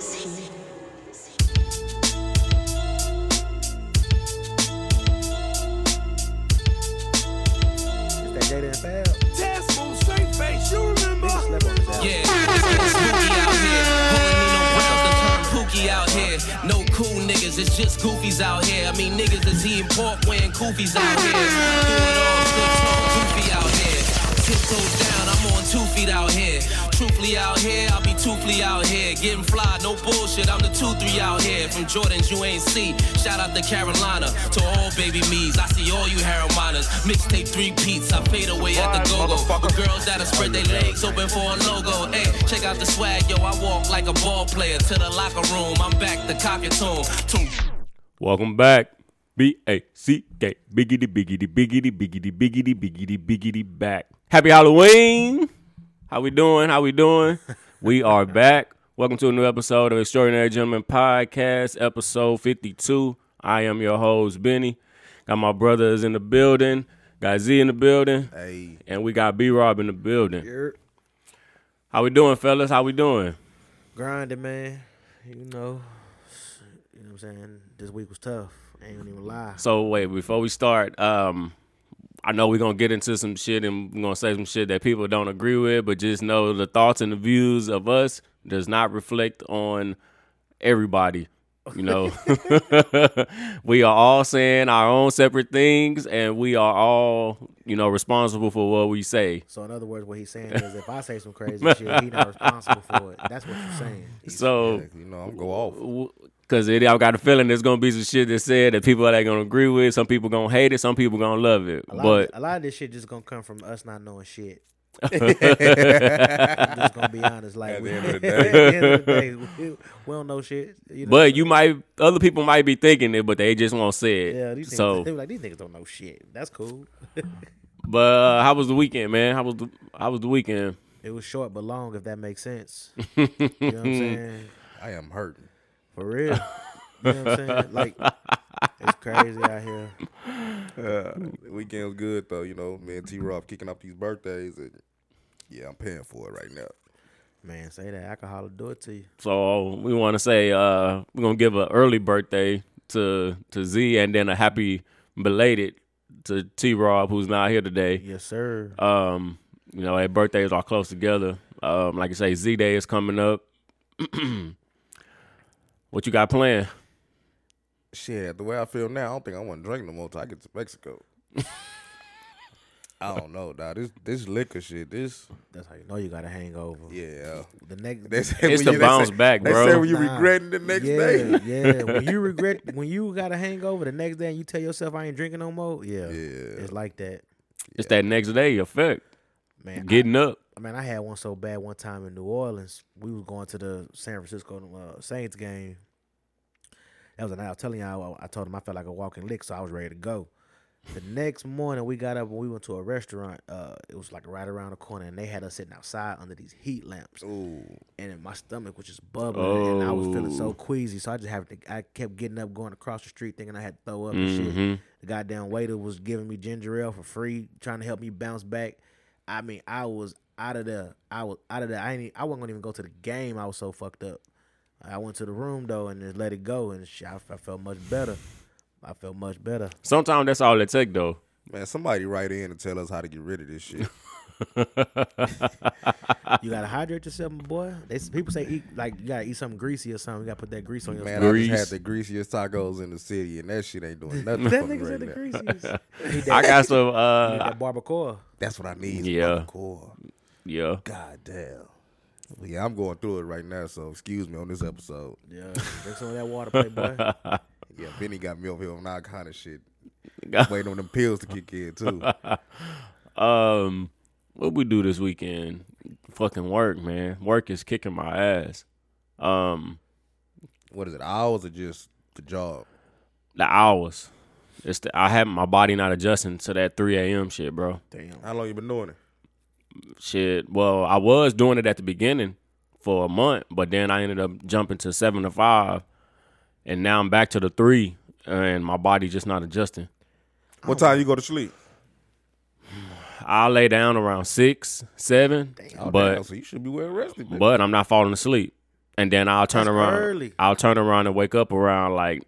sea. It's that Jada and Fab. Test on straight face, you remember? Niggas slept on Fab. Yeah, it's Pookie out here. Homie, need no rounds to turn Pookie out here. No cool niggas, it's just goofies out here. I mean, niggas is eating pork wearing goofies out here. Doing all flips on goofy out here. Tiptoes down, I'm on two feet out here. Truthfully out here, I'll be truthfully out here. Getting fly, no bullshit, I'm the 2-3 out here. From Jordans you ain't see. Shout out to Carolina, to all baby me's. I see all you heroin miners. Mixtape three peats, I fade away at the go-go. With girls that'll spread their legs open for a logo. Hey, check out the swag, yo, I walk like a ball player. To the locker room, I'm back to cock and tune. Tune. Welcome back. B A C K. Biggity, biggity, biggity, biggity, biggity, biggity, biggity, back. Happy Halloween. How we doing? How we doing? We are back. Welcome to a new episode of Extraordinary Gentlemen Podcast, episode 52. I am your host, Benny. Got my brothers in the building. Got Z in the building. Hey, And we got B Rob in the building. you're How we doing, fellas? How we doing? grinding, man. You know, you know what I'm saying? This week was tough. I ain't gonna even lie. So wait, before we start, um, I know we're gonna get into some shit and we're gonna say some shit that people don't agree with, but just know the thoughts and the views of us does not reflect on everybody. You know, we are all saying our own separate things, and we are all, you know, responsible for what we say. So in other words, what he's saying is, if I say some crazy shit, he not responsible for it. That's what you're saying. So, You know, I'm go off. because it, I've got a feeling there's gonna be some shit that said that people are not gonna agree with. Some people gonna hate it. Some people gonna love it. A lot, But of, a lot of this shit just gonna come from us not knowing shit. I'm just gonna be honest, like At we, the end of the at day. the end of the day, we, we don't know shit. You know? But you might, other people might be thinking it, but they just won't say it. yeah, these niggas, so, they were like these niggas don't know shit. That's cool. but uh, how was the weekend, man? How was the how was the weekend? It was short but long, if that makes sense. you know what I'm saying? I am hurting. For real. You know what I'm saying? Like it's crazy out here. The weekend was good though. You know, me and T. Rob kicking off these birthdays, and yeah, I'm paying for it right now. Man, say that alcohol will do it to you. So we want to say uh, we're gonna give an early birthday to to Z, and then a happy belated to T Rob, who's not here today. Yes, sir. Um, you know, their birthdays are close together. Um, like I say, Z Day is coming up. what you got planned? Shit, the way I feel now, I don't think I want to drink no more till I get to Mexico. I don't know, dog. This this liquor shit. This That's how you know you got a hangover. yeah. The next They say It's the when you- they bounce say- back, they bro. say when you Nah. regretting the next yeah, day. yeah. When you regret when you got a hangover the next day and you tell yourself I ain't drinking no more, yeah. Yeah. It's like that. It's that next day effect. Man, Getting up. I mean, I had one so bad one time in New Orleans. We was going to the San Francisco uh, Saints game. That was the night I was telling y'all. I, I told him I felt like a walking lick, so I was ready to go. The next morning, we got up and we went to a restaurant. Uh, it was like right around the corner, and they had us sitting outside under these heat lamps. Ooh. And then my stomach was just bubbling, and I was feeling so queasy. So I just had to. I kept getting up, going across the street, thinking I had to throw up Mm-hmm. and shit. The goddamn waiter was giving me ginger ale for free, trying to help me bounce back. I mean, I was out of the. I was out of the. I ain't. e, I wasn't gonna even go to the game. I was so fucked up. I went to the room though and just let it go, and shit, I, I felt much better. I felt much better. Sometimes that's all it take though. Man, somebody write in and tell us how to get rid of this shit. You gotta hydrate yourself, my boy. They s- people say eat like you gotta eat something greasy or something. You gotta put that grease on your. Man, I Grease. just had the greasiest tacos in the city, and that shit ain't doing nothing that for me nigga right said the now. greasiest. I got some. Like Uh, that barbacoa. That's what I need. Yeah. Yeah. Core. yeah, God damn. Well, yeah, I'm going through it right now, so excuse me on this episode. Yeah, drink some of that water, playboy. Yeah, Benny got me over here on all kind of shit. Waiting on them pills to kick in too. Um, what we do this weekend? Fucking work, man. Work is kicking my ass. Um, What is it? Hours or just the job? the hours. It's the, I have my body not adjusting to that 3 a.m. shit, bro. Damn. How long you been doing it? Shit. Well, I was doing it at the beginning for a month, but then I ended up jumping to seven to five, and now I'm back to the three, and my body just not adjusting. What time you go to sleep? I lay down around six, seven, Oh, but damn, so you should be well rested. But but I'm not falling asleep. and then I'll turn That's around. early. I'll turn around and wake up around like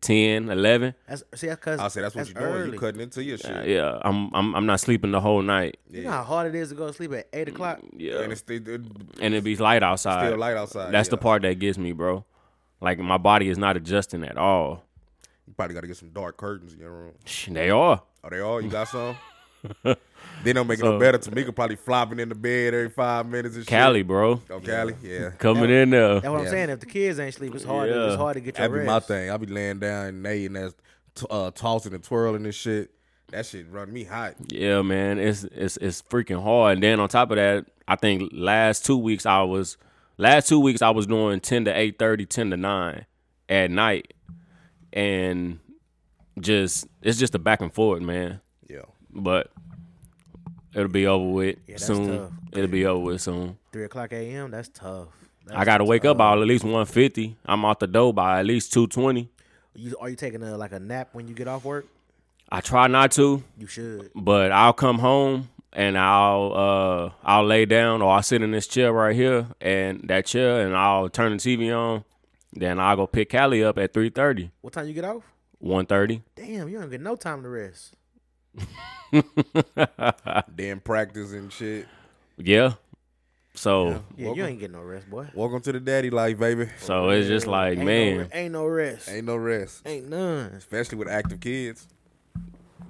10, 11. That's see, that's cause I say that's what you're doing. early. You cutting into your shit. Uh, yeah, I'm I'm I'm not sleeping the whole night. You know how hard it is to go to sleep at eight o'clock. Yeah, And it's still, it, and it be light outside. still light outside. That's the yeah. part that gets me, bro. Like my body is not adjusting at all. You probably got to get some dark curtains in your room. Shh, They are. Are they all? You got some? they don't make it So- no better. Tamika probably flopping in the bed every five minutes and Cali, shit. bro. Oh, Cali, yeah. Coming in there. That's what I'm Yeah. saying. If the kids ain't sleep, it's hard. To, Yeah. it's hard to get your That'd be rest. my thing. I'll be laying down and they and that's t- uh, tossing and twirling and shit. That shit run me hot. Yeah, man, it's it's it's freaking hard. And then on top of that, I think last two weeks I was last two weeks I was doing ten to 8:30, 10 to nine at night, and just it's just a back and forth, man. Yeah. But it'll be over with that's soon. tough. It'll be over with soon. Three o'clock a.m. That's tough. That's I gotta wake up by at least one fifty. I'm out the door by at least two twenty. You, are you taking a, like a nap when you get off work? I try not to, You should. but I'll come home and I'll uh I'll lay down or I'll sit in this chair right here and that chair and I'll turn the TV on. Then I'll go pick Callie up at 3.30, What time you get off? 1.30. Damn, you don't get no time to rest. Then practice and shit. Yeah. So Yeah, you ain't getting no rest, boy. Welcome to the daddy life, baby. so it's just like, ain't no, man, re- ain't no rest. Ain't, Ain't no rest, none. especially with active kids.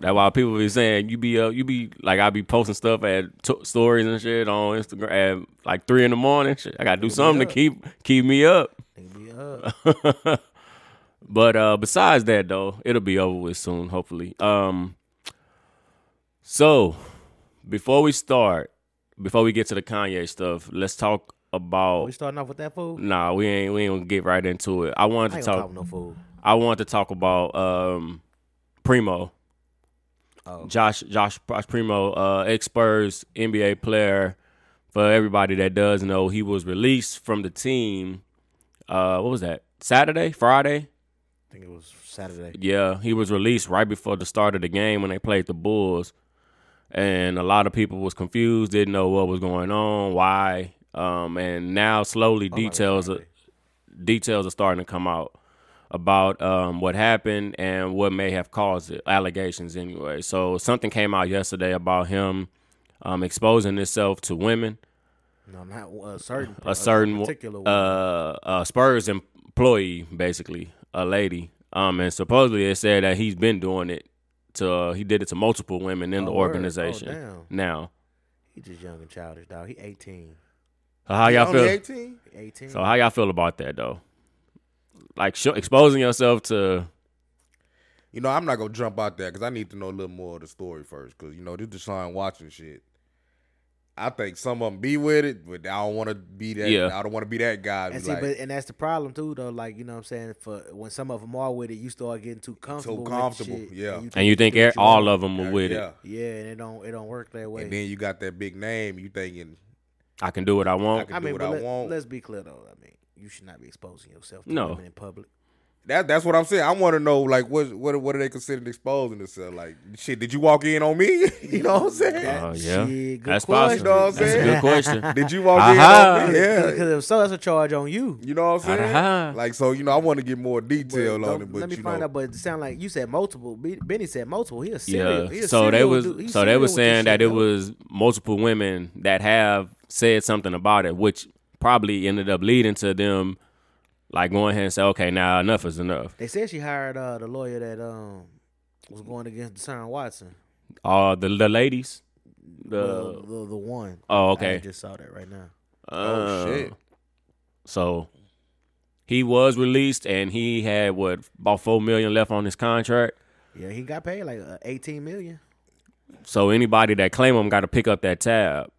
that's why people be saying you be uh, you be like I be posting stuff at t- stories and shit on Instagram at like three in the morning. Shit, I gotta do something to up. keep keep me up. Nigga be Oh. up. But uh besides that though, it'll be over with soon, hopefully. Um so before we start, before we get to the Kanye stuff, let's talk we about starting off with that food. Nah, we ain't we ain't gonna get right into it. I wanted I to ain't talk gonna talk no food. I wanted to talk about um Primo. Josh Josh Josh Primo, uh ex Spurs NBA player. For everybody that does know, he was released from the team uh what was that? Saturday? Friday? I think it was Saturday. Yeah, he was released right before the start of the game when they played the Bulls, and a lot of people was confused, didn't know what was going on, why, um, and now slowly Oh, details are, details are starting to come out about um, what happened and what may have caused it, allegations anyway. So something came out yesterday about him um, exposing himself to women, No, not a certain. a certain particular one. uh, uh, Spurs employee, basically a lady. Um, and supposedly it said that he's been doing it to uh, he did it to multiple women in the Oh, word. Oh, organization. damn. now, he just young and childish, dog. He 18. so how y'all Only feel? 18? He 18. So how y'all feel about that though? Like sh- exposing yourself to You know, I'm not gonna jump out there because I need to know a little more of the story first. Because you know, this Deshaun Watson shit. I think some of them be with it, but I don't want to be that. Yeah. I don't want to be that guy. And Be see, like, but and that's the problem too, though. Like you know, what I'm saying for when some of them are with it, you start getting too comfortable. with the comfortable, shit, yeah. and you think it's er- what you all want. of them are with yeah. it. Yeah, and it don't it don't work that way. And then you got that big name. You thinking I can do what I want. can I do mean, what but I let, want. us be clear though. I mean, you should not be exposing yourself to No. women in public. that? That's what I'm saying. I want to know like what what what are they considering exposing themselves? Like shit, did you walk in on me? you know what I'm Uh-huh. saying? Oh yeah, Shit, good that's question. possible. Know what I'm that's a good saying? question. did you walk Aha. in on me? Yeah. Because if so, that's a charge on you. You know what I'm saying? Aha. Like so, you know, I want to get more detail Don't- on it, but let me you find know, out. But it sound like you said multiple. B- Benny said multiple. He a serial. Yeah. he a So they serial was dude. He so they serial were with this saying shit, that it though. was multiple women that have said something about it, which probably ended up leading to them like going ahead and say, okay, now enough is enough. They said she hired uh, the lawyer that um was going against Deshaun Watson. Uh, the the ladies, The the the, the one. oh I okay, just saw that right now. oh Uh, shit. So he was released and he had what about four million left on his contract. Yeah, he got paid like uh, eighteen million. So anybody that claim him got to pick up that tab.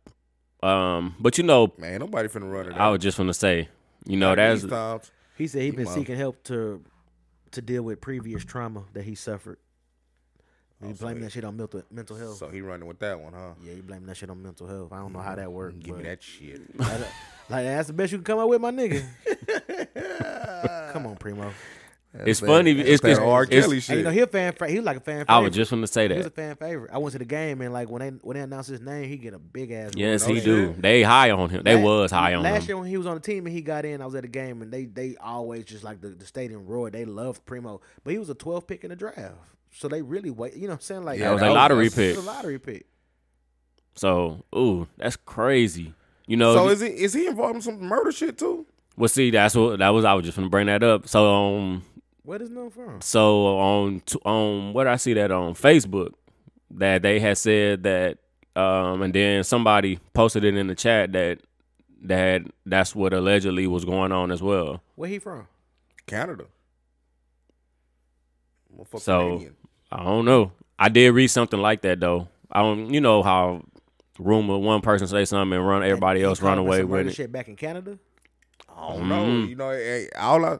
Um, but you know, Man, nobody finna run it. I was just gonna say, you know, out that's these times. He said he been might- seeking help to to deal with previous trauma that he suffered. He blaming that shit on mental mental health. So he running with that one, huh? yeah, he blaming that shit on mental health. I don't know how that worked. Give me but that shit. that- like that's the best you can come up with, my nigga. come on, primo. It's funny. It's, that it's, R. it's- Kelly shit. And, you know, he a fan. Fa- he was like a fan. Favorite. I was just gonna say He was a that. fan favorite. I went to the game and like when they when they announced his name, he get a big ass. Yes, room. he do. They high on him. They La- was high on Last him. year when he was on the team and he got in, I was at the game and they they always just like the, the stadium roared. They loved Primo, but he was a 12 pick in the draft, so they really wait. You know what I'm saying? Like Yeah, That was a lottery it was pick. a lottery pick. So, ooh, that's crazy. You know, So is he is he involved in some murder shit too? well, see, that's what that was. I was just gonna bring that up. So, um, Where does number from? so on t- on what I see that on Facebook that they had said that, um, and then somebody posted it in the chat that that that's what allegedly was going on as well. Where he from? Canada. Motherfucker So- Canadian. I don't know. I did read something like that though. I don't. You know how rumor one person say something and run everybody He else caught run up in away some murder with it. Shit back in Canada. I don't know. Mm-hmm. You know, eh, all I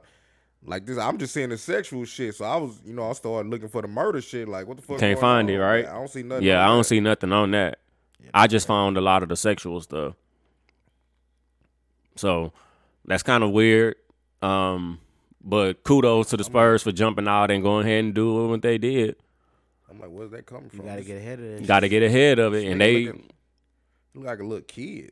like this. I'm just seeing the sexual shit. So I was, you know, I started looking for the murder shit. Like, what the fuck? Can't going find on? it, right? I don't see nothing. Yeah, on I don't that. see nothing on that. I just found a lot of the sexual stuff. So that's kind of weird. Um, but kudos to the Spurs for jumping out and going ahead and doing what they did. I'm like, where's that coming from? You gotta get ahead of that. Got to get ahead of it, and they. Looking- look like a little kid.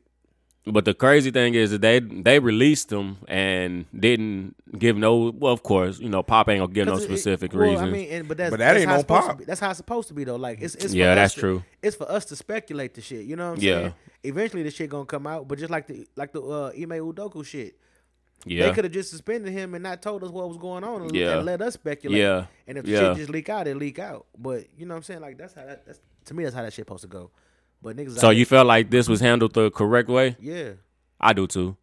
But the crazy thing is that they they released them and didn't give no. Well, of course, you know, Pop ain't gonna give no Because it- it- specific well, reason. I mean, and, but that's But that that's ain't how no it's supposed to pop. be- That's how it's supposed to be though. Like it's, it's for Yeah, us that's to- true. It's for us to speculate the shit. You know what I'm Yeah. saying? Eventually, the shit gonna come out. But just like the like the uh, Ime Udoku shit, yeah, They could have just suspended him and not told us what was going on and, Yeah. and let us speculate. Yeah. And if the Yeah. shit just leak out, it leak out. But you know what I'm saying? Like that's how that, that's to me that's how that shit supposed to go. But niggas So out you felt like this was handled the correct way? here- I do too.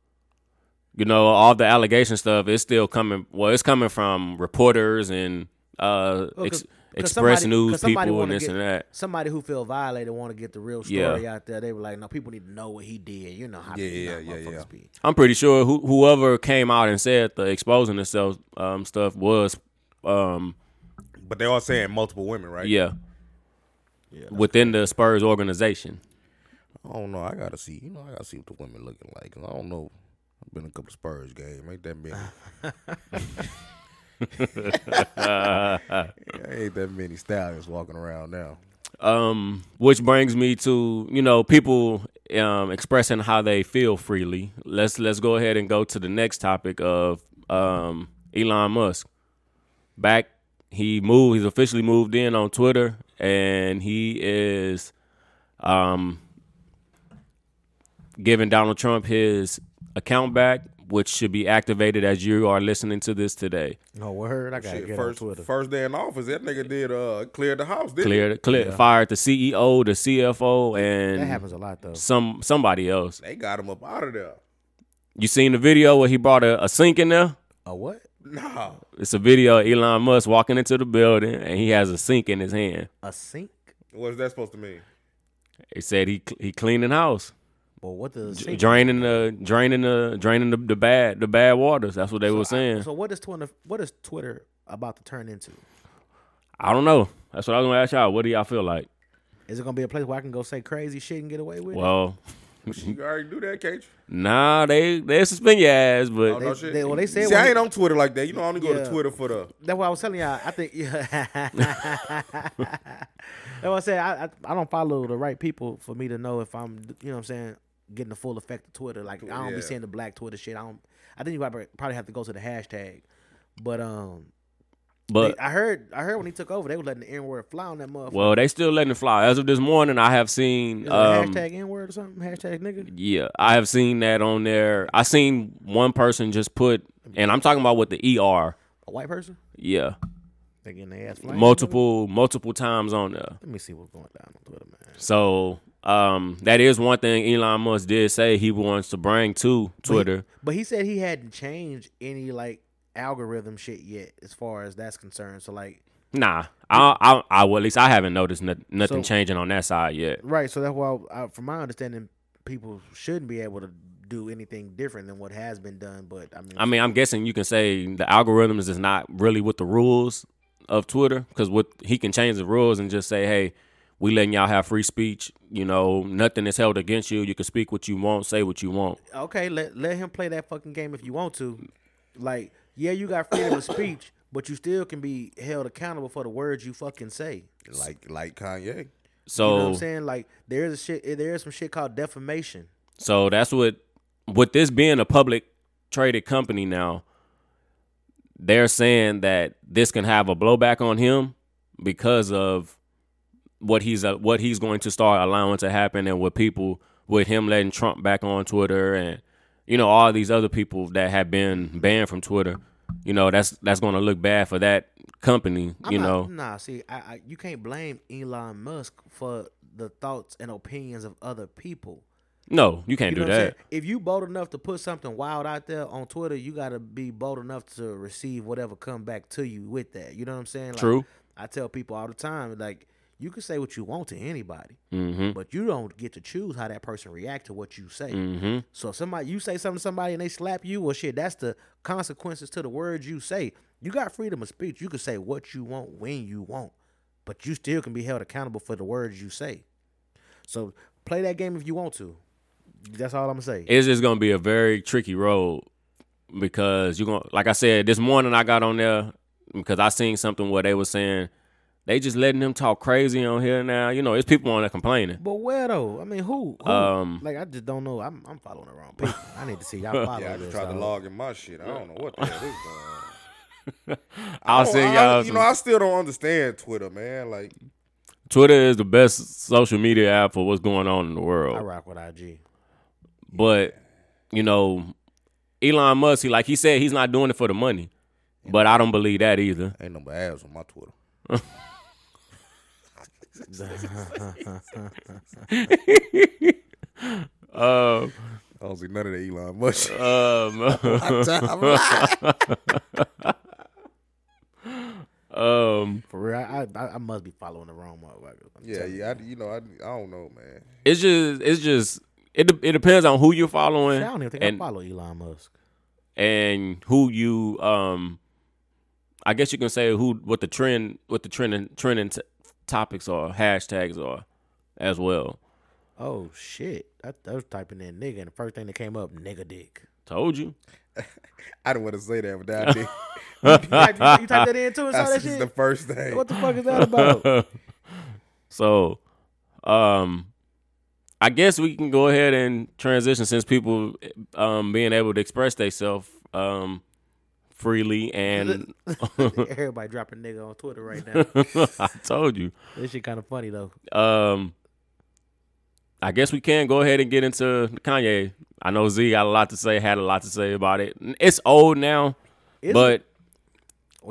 You know, all the allegation stuff is still coming. Well, it's coming from reporters and uh, Well, 'cause- ex- 'cause express somebody- news 'cause somebody people and wanna this get- and that. Somebody who feel violated want to get the real Yeah. story out there. They were like, no, people need to know what he did. You know how Yeah, you know yeah, how yeah, motherfuckers yeah. be. I'm pretty sure who, whoever came out and said the exposing themselves um, stuff was, um, But they all saying multiple women, right? yeah, within the Spurs organization. I don't know. I gotta see. You know, I gotta see what the women looking like. 'cause I don't know. I've been to a couple Spurs game. Ain't that many? ain't that many stallions walking around now. Um, which brings me to you know people um, expressing how they feel freely. Let's let's go ahead and go to the next topic of um, Elon Musk. Back, he moved. He's officially moved in on Twitter, and he is um, giving Donald Trump his account back, which should be activated as you are listening to this today. No word. I gotta Shit, get first on Twitter. first day in office, that nigga did uh clear the house. Didn't Clear, clear, fired the CEO, the CFO, that and happens a lot though. some somebody else. He? They got him up out of there. You seen the video where he brought a, a sink in there? A what? Nah, It's a video of Elon Musk walking into the building and he has a sink in his hand. A sink? what's that supposed to mean? He said he cl- he cleaning house, But what does a d- sink? draining the draining the draining the, the bad the bad waters. That's what they were saying. so what is Twitter? What is Twitter about to turn into? I don't know. That's what I was gonna ask y'all. What do y'all feel like? Is it gonna be a place where I can go say crazy shit and get away with it? Well, You already do that, can't you? Oh, nah, they they suspend your ass, but no shit. Oh, they- well, they said See, I when- ain't on Twitter like that. You know, I only go Yeah. to Twitter for the. That's what I was telling y'all. I think. That's what I said. I, I I don't follow the right people for me to know if I'm, you know, what I'm saying, getting the full effect of Twitter. Like I don't Yeah. be seeing the black Twitter shit. I don't. I think you probably probably have to go to the hashtag. But um, but they- I heard I heard when he took over, they were letting the N word fly on that motherfucker. well, they still letting it fly. As of this morning, I have seen Is it um, hashtag N word or something? Hashtag nigga. Yeah, I have seen that on there. I seen one person just put, and I'm talking about with the ER. A white person. Yeah, They getting their ass flamed. multiple multiple times on there. Let me see what's going down on Twitter, man. So um, that is one thing Elon Musk did say he wants to bring to Twitter. But he said he hadn't changed any like algorithm shit yet, as far as that's concerned. So like. Nah, I, I, I well, at least I haven't noticed no, nothing So- changing on that side yet. Right. So that's why, I, from my understanding, people shouldn't be able to do anything different than what has been done. But I mean, I mean, I'm guessing you can say the algorithms is not really with the rules of Twitter because what he can change the rules and just say, hey, we letting y'all have free speech. You know, nothing is held against you. You can speak what you want, say what you want. okay, let let him play that fucking game if you want to. Like, yeah, you got freedom of speech, but you still can be held accountable for the words you fucking say. Like like Kanye. So You know what I'm saying? Like there is a shit there is some shit called defamation. So that's what with this being a public traded company now, they're saying that this can have a blowback on him because of what he's uh, what he's going to start allowing to happen and with people with him letting Trump back on Twitter and you know all these other people that have been banned from Twitter. You know, that's that's going to look bad for that company, I'm you not- know. Nah, see, I, I you can't blame Elon Musk for the thoughts and opinions of other people. No, you can't You know do what I'm that. saying? If you bold enough to put something wild out there on Twitter, you gotta be bold enough to receive whatever come back to you with that. You know what I'm saying? Like, True. I tell people all the time, like you can say what you want to anybody, Mhm. but you don't get to choose how that person react to what you say. Mhm. So if somebody you say something to somebody and they slap you, well shit, that's the consequences to the words you say. You got freedom of speech. You can say what you want when you want, but you still can be held accountable for the words you say. So play that game if you want to. That's all I'm gonna say. it's just gonna be a very tricky road because you're gonna like I said this morning I got on there because I seen something where they were saying they just letting him talk crazy on here now. You know, it's people on there complaining. but where though? I mean, who? who? Um, like I just don't know. I'm, I'm following the wrong people. I need to see y'all follow Yeah, I this. just tried to dog. log in my shit. I don't know what the hell is going on. I'll Oh, send I- y'all. You some- know, I still don't understand Twitter, man. Like, Twitter is the best social media app for what's going on in the world. I rock with IG. But you know, Elon Musk, he, like he said, he's not doing it for the money. But I don't believe that either. ain't no ads on my Twitter. Uh, I don't see none of the Elon Musk. shit. um, um, For real, I, I I must be following the wrong motherfucker. I'm yeah, telling you. yeah. I, you know, I, I don't know, man. It's just it's just it de- it depends on who you're following Shit, I don't even think and I follow Elon Musk. and who you um I guess you can say who what the trend what the trending trending t- topics are hashtags are as well. Oh shit! I, I was typing in nigga, and the first thing that came up, nigga dick. Told you. I didn't want to say that, but I did. you, typed, you typed that in too and saw that That's just shit. the first thing. what the fuck is that about? So um I guess we can go ahead and transition since people um being able to express themselves um freely and Everybody dropping nigga on Twitter right now. I told you. this shit kind of funny though. Um, I guess we can go ahead and get into Kanye. I know Z got a lot to say, had a lot to say about it. It's old now, Is but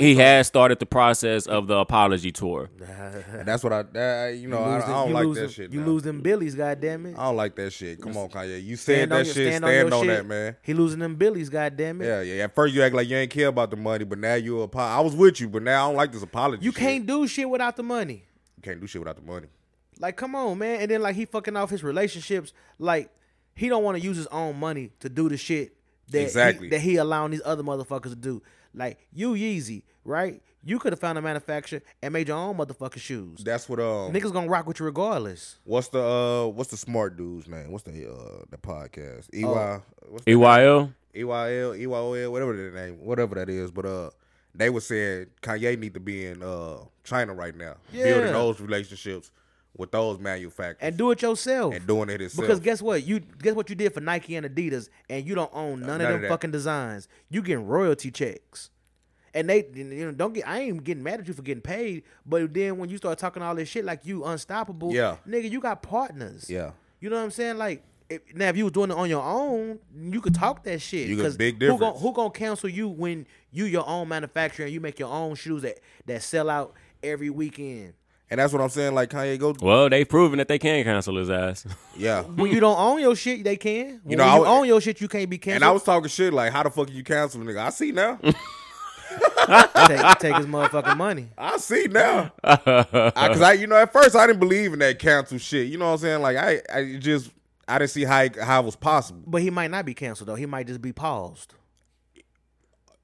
he has started the process of the apology tour. And that's what I, that, you know, I, I don't you like lose that them, shit. You now. lose them billies, goddamn it. I don't like that shit. Come on, Kanye. You said that your- shit. Stand, your on, shit. that, man. He losing them billies, goddamn it. Yeah, yeah. At first, you act like you ain't care about the money, but now you apo- I was with you, but now I don't like this apology. You shit. can't do shit without the money. You can't do shit without the money. Like, come on, man. And then like he fucking off his relationships. Like, he don't want to use his own money to do the shit that he- Exactly. that he allowing these other motherfuckers to do. Like you Yeezy, right? You could have found a manufacturer and made your own motherfucking shoes. That's what um. Niggas gonna rock with you regardless. What's the uh? What's the smart dude's name? What's the uh the podcast? Ey, Oh. what's E E the EYL. EYL, EYOL, whatever that name, whatever that is. But uh, they were saying Kanye need to be in uh China right now, Yeah. building those relationships with those manufacturers And do it yourself. and doing it himself. Because guess what? You guess what you did for Nike and Adidas, and you don't own none, of Uh, none them of that. fucking designs. You getting royalty checks, and they you know don't get. I ain't getting mad at you for getting paid, but then when you start talking all this shit like you unstoppable, Yeah. nigga, you got partners. Yeah. you know what I'm saying? Like if, now, if you was doing it on your own, you could talk that shit. You got 'Cause big Who gonna, difference. who gonna cancel you when you your own manufacturer and you make your own shoes that that sell out every weekend? and that's what I'm saying. Like Kanye, go. Well, they've proven that they can cancel his ass. Yeah. When you don't own your shit, they can. When you, know, I was- own your shit, you can't be canceled. And I was talking shit like, how the fuck are you canceling, nigga? I see now. take, take his motherfucking money. I see now. I, Cause I, you know, at first I didn't believe in that cancel shit. You know what I'm saying? Like I, I just, I didn't see how it, how it was possible. But he might not be canceled though. He might just be paused.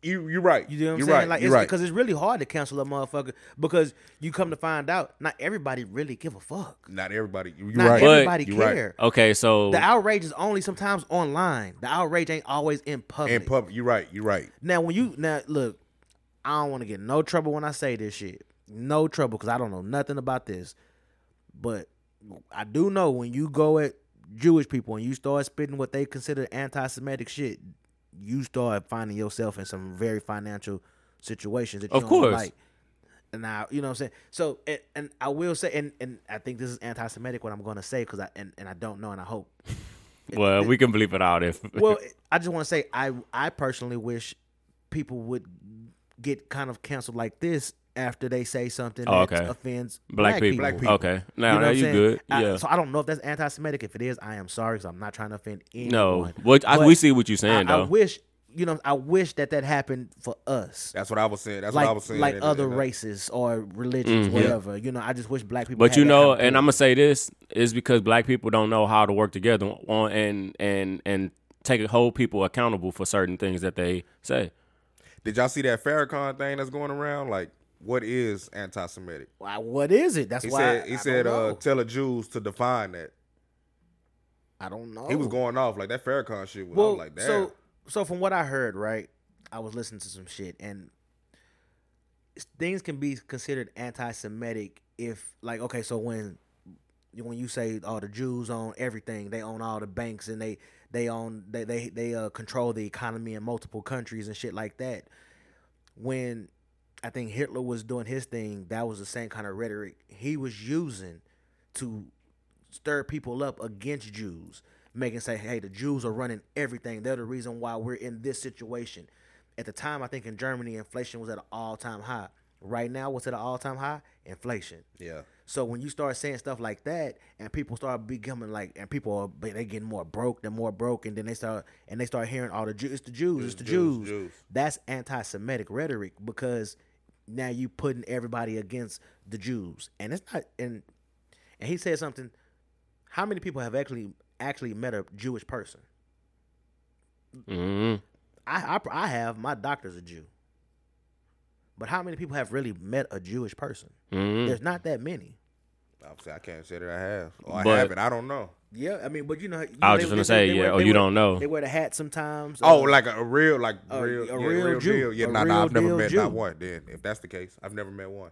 You, you're right. You know what I'm you're saying? Right. like, you're it's, right. because it's really hard to cancel a motherfucker because you come to find out not everybody really give a fuck. not everybody. You're Not right. everybody You're right. care. okay, so The outrage is only sometimes online. The outrage ain't always in public. In public, you're right. You're right. now when you now look, I don't want to get no trouble when I say this shit. No trouble because I don't know nothing about this. But I do know when you go at Jewish people and you start spitting what they consider anti-Semitic shit, you start finding yourself in some very financial situations that you Of don't course. like. And I, you know what I'm saying? So, and, and I will say, and, and I think this is anti Semitic what I'm going to say because I, and, and I don't know and I hope Well, we can bleep it out if. well, I just want to say I I personally wish people would get kind of canceled like this after they say something Oh, that okay. offends black, people. Black people. Okay. You Now, know now what I'm you saying? good. I- yeah. so I don't know if that's anti-Semitic. If it is, I am sorry because I'm not trying to offend anyone. no. Well, I, But we see what you're I, saying, I though. wish you know. I wish that that happened for us. That's what I was saying. That's what I was Like, saying. like And- other and- uh, races or religions, whatever. You know, I just wish black people. Mm-hmm. But had you that know, kind of and I'm thing. gonna say this is because black people don't know how to work together on and and and take hold people accountable for certain things that they say. Did y'all see that Farrakhan thing that's going around? Like, what is anti-Semitic? Why- what is it? That's He why said I, he I said Don't uh, know. tell the Jews to define that. I don't know. He was going off like that Farrakhan shit was I was like that. Oh. So, so from what I heard, right, I was listening to some shit, and s- things can be considered anti-Semitic if, like, okay, so when when you say, "Oh, the Jews own everything; they own all the banks, and they they own they they they uh, control the economy in multiple countries and shit like that," when I think Hitler was doing his thing, that was the same kind of rhetoric he was using to stir people up against Jews, making say, hey, the Jews are running everything. They're the reason why we're in this situation. At the time, I think in Germany, inflation was at an all time high. Right now, what's at an all time high? Inflation. yeah, So when you start saying stuff like that, and people start becoming like, and people are but they getting more broke, they're more broke, and then they start and they start hearing all the Jews, it's the Jews, it's the Jews, Jews. Jews. That's anti-Semitic rhetoric because now you putting everybody against the Jews, and it's not. And and he said something. How many people have actually actually met a Jewish person? Mhm. I I, I have. My doctor's a Jew. But how many people have really met a Jewish person? Hmm. Mm-hmm. There's not that many. Obviously, I can't say that I have. Or I But- haven't. I don't know. Yeah, I mean, but you know, you I know, was they- just gonna they- say, they yeah, wear- oh, they you wear- don't know. They wear the hat sometimes. Oh, uh, like a, a real, like a- real, a yeah, real Jew. Jew. Yeah, A nah, nah, real I've never deal met Jew. not one. Then, if that's the case, I've never met one.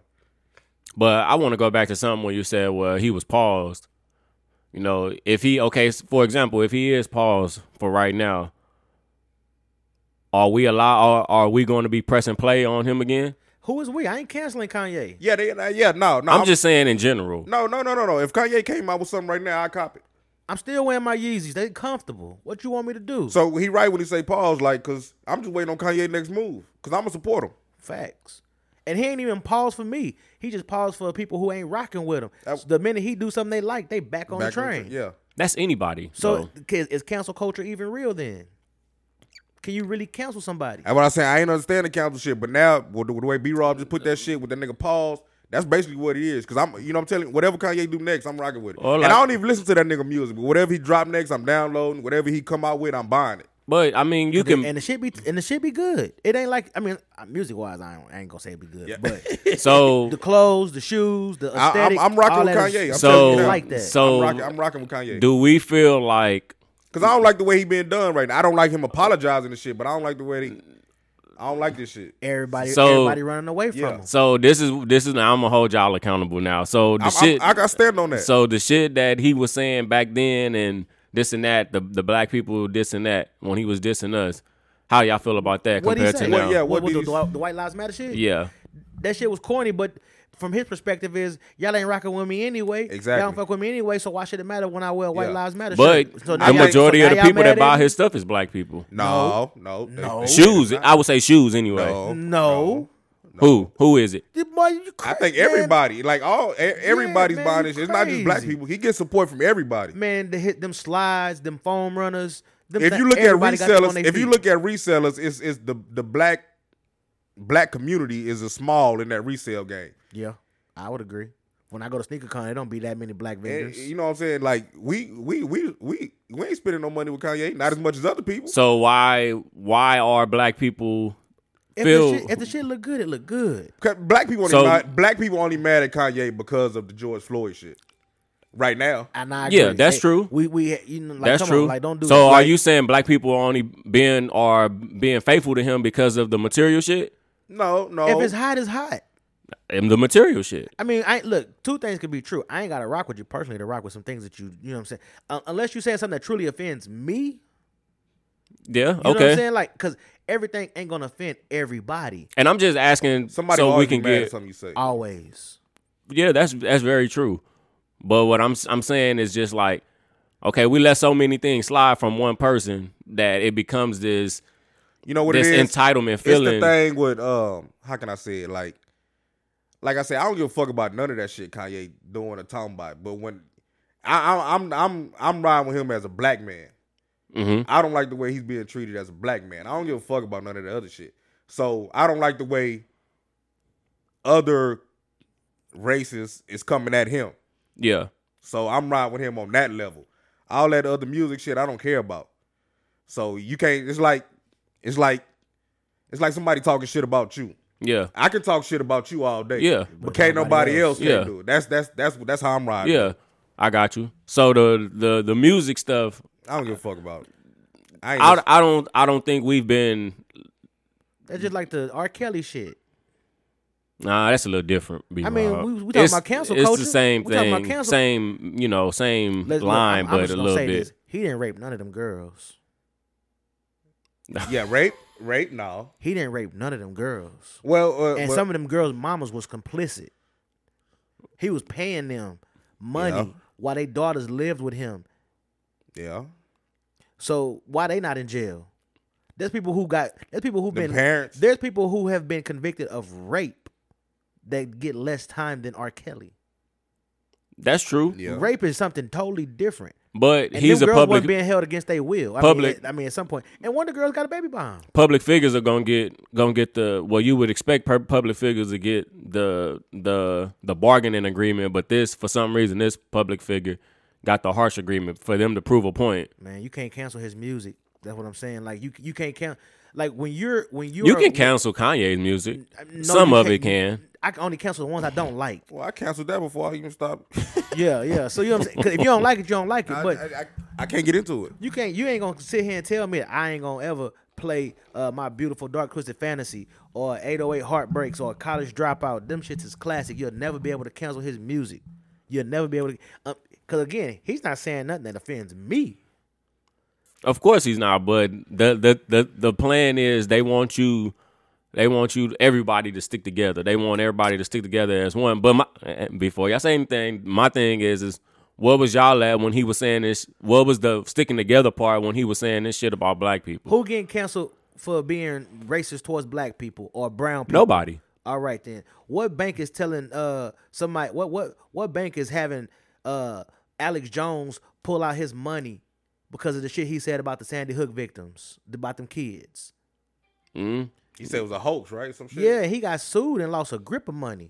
But I want to go back to something where you said, well, he was paused. You know, if he okay, s- for example, if he is paused for right now, are we allow? Are, are we going to be pressing play on him again? who is we? I ain't canceling Kanye. Yeah, they, uh, yeah, no, no. I'm just saying in general. no, no, no, no, no. If Kanye came out with something right now, I cop it. I'm still wearing my Yeezys. They comfortable. What you want me to do? So he right when he say pause, like, cause I'm just waiting on Kanye next move, cause I'm gonna support him. Facts. And he ain't even paused for me. He just paused for people who ain't rocking with him. That- the minute he do something they like, they back on Back the on the train. tr- yeah. That's anybody. So, So is, is cancel culture even real then? Can you really cancel somebody? That's what I say. I ain't understand the council shit, but now with the, with the way B Rob just put that shit with that nigga pause, that's basically what it is. Cause I'm, you know, what I'm telling you, whatever Kanye do next, I'm rocking with it. Or and like- I don't even listen to that nigga music, but whatever he drop next, I'm downloading. Whatever he come out with, I'm buying it. but I mean, you can. and the shit be and the shit be good. It ain't like I mean, music wise, I, don't- I ain't gonna say it be good, but so the clothes, the shoes, the I, aesthetic. am I'm rocking all with that is- Kanye. I'm So- telling you now. like that. So- I'm rocking, I'm rocking with Kanye. do we feel like Cause I don't like the way he been done right now. I don't like him apologizing and shit, but I don't like the way he. I don't like this shit. everybody, So- everybody running away from Yeah. him. so? This is this is now. I'm gonna hold y'all accountable now. So the I'm, shit. I'm, I got stand on that. so the shit that he was saying back then and this and that. The the black people this and that when he was dissing us. How y'all feel about that What he compared say? to now? Well, yeah, what, what what did the, he the, s- the White Lives Matter shit? yeah. that shit was corny, but from his perspective is y'all ain't rocking with me anyway. Exactly. Y'all don't fuck with me anyway, so why should it matter when I wear a White Yeah. Lives Matter But shirt? now the y'all- majority so now of the y'all people that mad at buy him? his stuff is black people. no, no, they- No. they- Shoes. I would say shoes anyway. Oh, No, No. Who who is it? The boy, you I cra- think man, everybody, like all, e- everybody's man, buying you this. shit. It's not just black crazy. people. He gets support from everybody. Man, the hit them slides, them foam runners. Them if thi- you look at everybody got them on resellers, they if you feet. look at resellers, it's it's the the black black community is a small in that resale game. yeah, I would agree. When I go to sneaker con, there don't be that many black And, vendors. you know what I'm saying? Like we we we we we ain't spending no money with Kanye, not as much as other people. So why why are black people if, Phil- the shit, if the shit look good, it look good. 'Cause Black people only So- mad, black people only mad at Kanye because of the George Floyd shit. Right now, And I Yeah, agree. that's Hey, true. We we you know, like, That's come true. On, like don't do so that. are Like, you saying black people are only being are being faithful to him because of the material shit? No, no. If it's hot, it's hot. And the material shit. I mean, I look. Two things could be true. I ain't got to rock with you personally to rock with some things that you, you know, what I'm saying. Uh, unless you saying something that truly offends me. Yeah. You know what I'm okay. saying? Like, because everything ain't gonna offend everybody. and I'm just asking somebody so always we be can mad at get. something you say. Always. Yeah, that's that's very true. But what I'm I'm saying is just like, okay, we let so many things slide from one person that it becomes this You know what this it is? entitlement It's feeling. the thing with um, how can I say it? Like, like I said, I don't give a fuck about none of that shit Kanye doing or talking about. But when I, I, I'm I'm I'm riding with him as a black man. Mhm. I don't like the way he's being treated as a black man. I don't give a fuck about none of the other shit. So I don't like the way other races is coming at him. Yeah. So I'm riding with him on that level. All that other music shit I don't care about. So you can't it's like it's like it's like somebody talking shit about you. Yeah. I can talk shit about you all day. Yeah. But can't nobody else Yeah. can do it. That's that's that's that's how I'm riding. Yeah. I got you. So the the the music stuff, I don't give a fuck about it. I ain't I, I don't I don't think we've been That's just like the R. Kelly shit. Nah, that's a little different. B. I mean, Rob. we- we talking It's- about cancel it's culture. the same We talking about thing, cancel- same you know, same Let's- look, line, I'm- I'm but just a gonna little say bit. this. He didn't rape none of them girls. yeah, rape, rape, no. He didn't rape none of them girls. Well, uh, And well, some of them girls' mamas was complicit. He was paying them money Yeah. while they daughters lived with him. yeah, So why they not in jail? There's people who got there's people who've Them been parents. there's people who have been convicted of rape that get less time than R. Kelly. That's true, yeah. Rape is something totally different. but And he's them a girls public wasn't being held against their will. I public- Mean, I mean, at some point, and one of the girls got a baby behind. public figures are gonna get gonna get the well you would expect per- public figures to get the the the bargaining agreement but this for some reason this public figure got the harsh agreement for them to prove a point Man, you can't cancel his music. That's what I'm saying. Like you, you can't cancel. Like when you're when you you are- can cancel kanye's music No, some you of can't- it can I can only cancel the ones I don't like. Well, I canceled that before I even stopped. yeah, yeah. So you know what I'm saying? 'Cause if you don't like it, you don't like it. I, But I, I, I can't get into it. you can't. You ain't gonna sit here and tell me that I ain't gonna ever play uh, my beautiful dark twisted fantasy or 808 heartbreaks or college dropout. Them shits is classic. You'll never be able to cancel his music. You'll never be able to. um 'cause Cause again, he's not saying nothing that offends me. of course he's not but the the the, the plan is they want you they want you everybody to stick together they want everybody to stick together as one but my eh, before y'all say anything my thing is is what was y'all at when he was saying this what was the sticking together part when he was saying this shit about black people Who getting canceled for being racist towards black people or brown people? nobody All right then. What bank is telling uh somebody what what what bank is having uh Alex Jones pull out his money because of the shit he said about the Sandy Hook victims, about them kids. mm. He said it was a hoax, right? Some shit. Yeah, he got sued and lost a grip of money.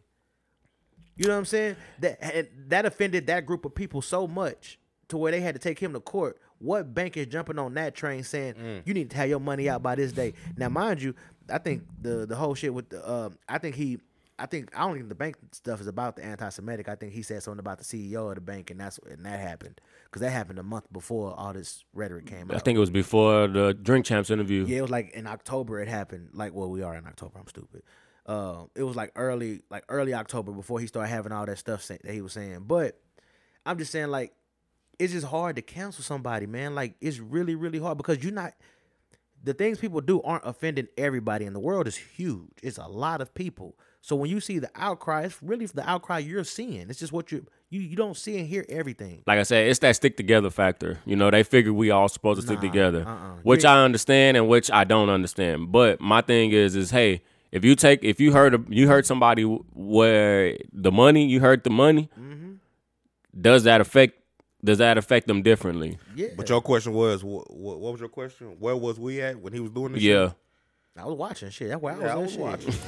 You know what I'm saying? That and that offended that group of people so much to where they had to take him to court. What bank is jumping on that train saying Mm. you need to have your money out by this day? Now, mind you, I think the the whole shit with the um, I think he. I think I don't think the bank stuff is about the anti-Semitic. I think he said something about the CEO of the bank, and that's and that happened because that happened a month before all this rhetoric came out. i think it was before the drink champs interview Yeah, it was like in October it happened. Like, well, we are in October. I'm stupid. Uh, it was like early, like early October before he started having all that stuff say, that he was saying. But I'm just saying, like, it's just hard to cancel somebody, man. Like, it's really, really hard because you're not. The things people do aren't offending everybody, and the world is huge. It's a lot of people. So when you see the outcry, it's really the outcry you're seeing. It's just what you you you don't see and hear everything. like I said, it's that stick together factor. You know, they figure we all supposed to stick together, uh-uh. which I understand and which I don't understand. But my thing is, is hey, if you take, if you heard, a, you heard somebody w- where the money, you heard the money, Mm-hmm. does that affect? Does that affect them differently? Yeah, But your question was, what, what, what was your question? Where was we at when he was doing this? Yeah, I was watching shit. That's why I Yeah, I was, was in watching. shit.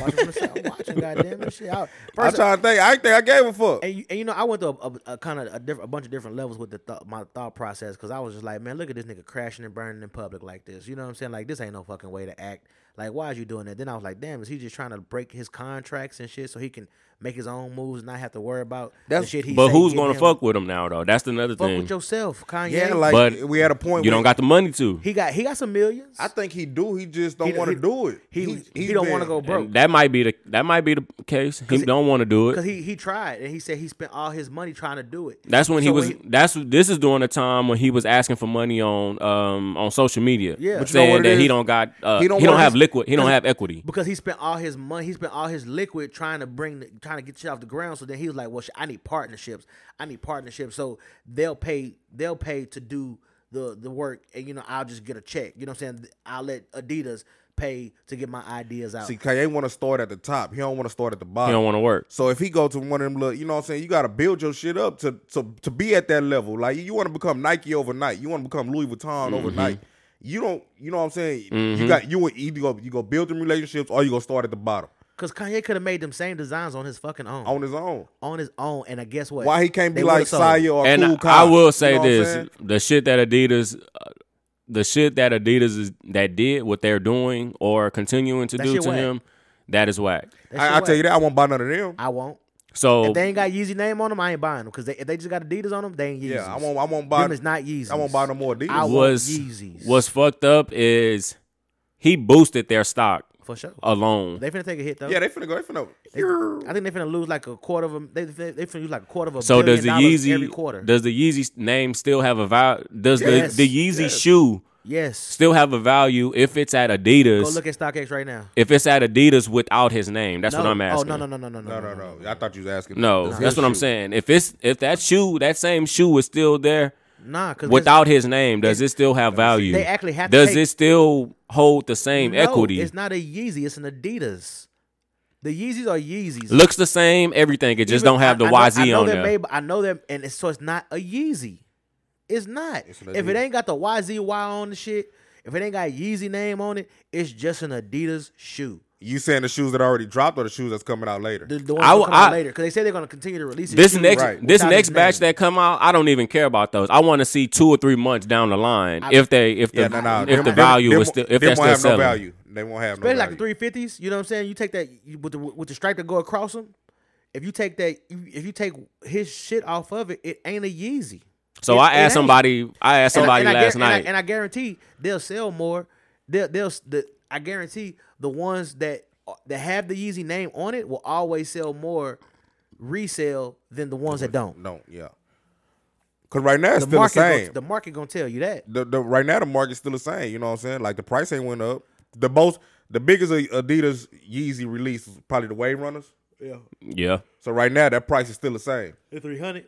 watching. from the side. I'm watching, goddamn it, shit. I, I'm first, trying to think. I ain't think I gave a fuck. and, you, and you know, I went to a, a, a kind of a, diff- a bunch of different levels with the thought my thought process because I was just like, man, look at this nigga crashing and burning in public like this. You know what I'm saying? Like this ain't no fucking way to act. Like, why is you doing that? Then I was like, damn, is he just trying to break his contracts and shit so he can make his own moves and not have to worry about the That's- shit he But say who's getting gonna him- fuck with him now though? That's another fuck thing. with yourself, Kanye? Yeah, like But we had a point. you where don't got the money to. he got he got some millions. I think he do. He just don't He- want he- to do it. he he, He's- he's don't been- want to go broke. And that might be the that might be the case. He don't want to do Cause it. he he tried and he said he spent all his money trying to do it. That's when he So was. that's this is during the time when he was asking for money on um on social media. Yeah. But you know saying what it that he is? don't got uh, he He don't, don't wanna- have liquid he don't have equity. because he spent all his money, he spent all his liquid trying to bring, the, trying to get shit off the ground. So then he was like, "Well, shit, I need partnerships. I need partnerships. So they'll pay, they'll pay to do the the work, and you know, I'll just get a check. You know what I'm saying? I'll let Adidas pay to get my ideas out. See, Kanye want to start at the top. He don't want to start at the bottom. He don't want to work. So if he go to one of them little, you know what I'm saying? You got to build your shit up to to to be at that level. Like you want to become Nike overnight. You want to become Louis Vuitton Mm-hmm. overnight. You don't, you know what I'm saying? You got you would either go you go build them relationships or you go start at the bottom Because Kanye could have made them same designs on his fucking own, on, on his own. his own. And I guess what? Why he can't They be would've like sold. Saya or and Cool I Kai? will say You know what I'm this: saying? the shit that Adidas, uh, the shit that Adidas is that did what they're doing or continuing to That do shit to whack. him, that is whack. That shit I, I whack. tell you that Oh. I won't buy none of them. I won't. So If they ain't got Yeezy name on them, I ain't buying them. Because they, if they just got Adidas on them, they ain't Yeezys. Yeah, I won't. I won't buy. Them is not Yeezys. I won't buy no more Adidas. I want was Yeezys. what's fucked up is he boosted their stock for sure. alone. They finna take a hit though. yeah, they finna go. They finna. They- I think they finna lose like a quarter of a. They, they, they finna lose like a quarter of a. so does billion the dollars every Yeezy? quarter? Does the Yeezy name still have a value? Does Yes. the the Yeezy shoe yes. still have a value if it's at Go Adidas? look at StockX right now. if it's at Adidas without his name, that's no. what I'm asking. Oh no no no no no No, no, no. I thought you was asking. No, Does that's his what I'm shoe- saying. If it's if that shoe, that same shoe is still there Nah, because without his name, does it still have value? they actually have to Does take- it still hold the same equity? It's not a Yeezy. It's an Adidas. The Yeezys are Yeezys. Looks the same, everything. It just Even- don't have the I, I know, I YZ know on they're there. made by- I know them, and it's, so it's not a Yeezy. It's not. an if it Adidas. ain't got the YZY on the shit, if it ain't got Yeezy name on it, it's just an Adidas shoe. You saying the shoes that already dropped or the shoes that's coming out later? The, the ones that I w- come out I- later because they say they're gonna continue to release his This shoes next Right. this without next his batch name. that come out, I don't even care about those. I want to see two or three months down the line if they if the yeah, no, no. if them- the them- value them- is still if them that's won't still have no selling. value. They won't have no Especially value. like the three fifties. You know what I'm saying? You take that you, with the with the stripe that go across them. If you take that, you- if you take his shit off of it, it ain't a Yeezy. So It- I it ain't. asked somebody, I asked And I- somebody and I last guar- night. and I, and I guarantee they'll sell more. They'll they'll the, I guarantee the ones that that have the Yeezy name on it will always sell more resale than the ones that don't. No, yeah. Cause right now it's The still the market, same. gonna, the market gonna tell you that. the, the right now the market's still the same. You know what I'm saying? Like the price ain't went up. The most the biggest Adidas Yeezy release is probably the Wave Runners. yeah. So right now that price is still the same. The three hundred,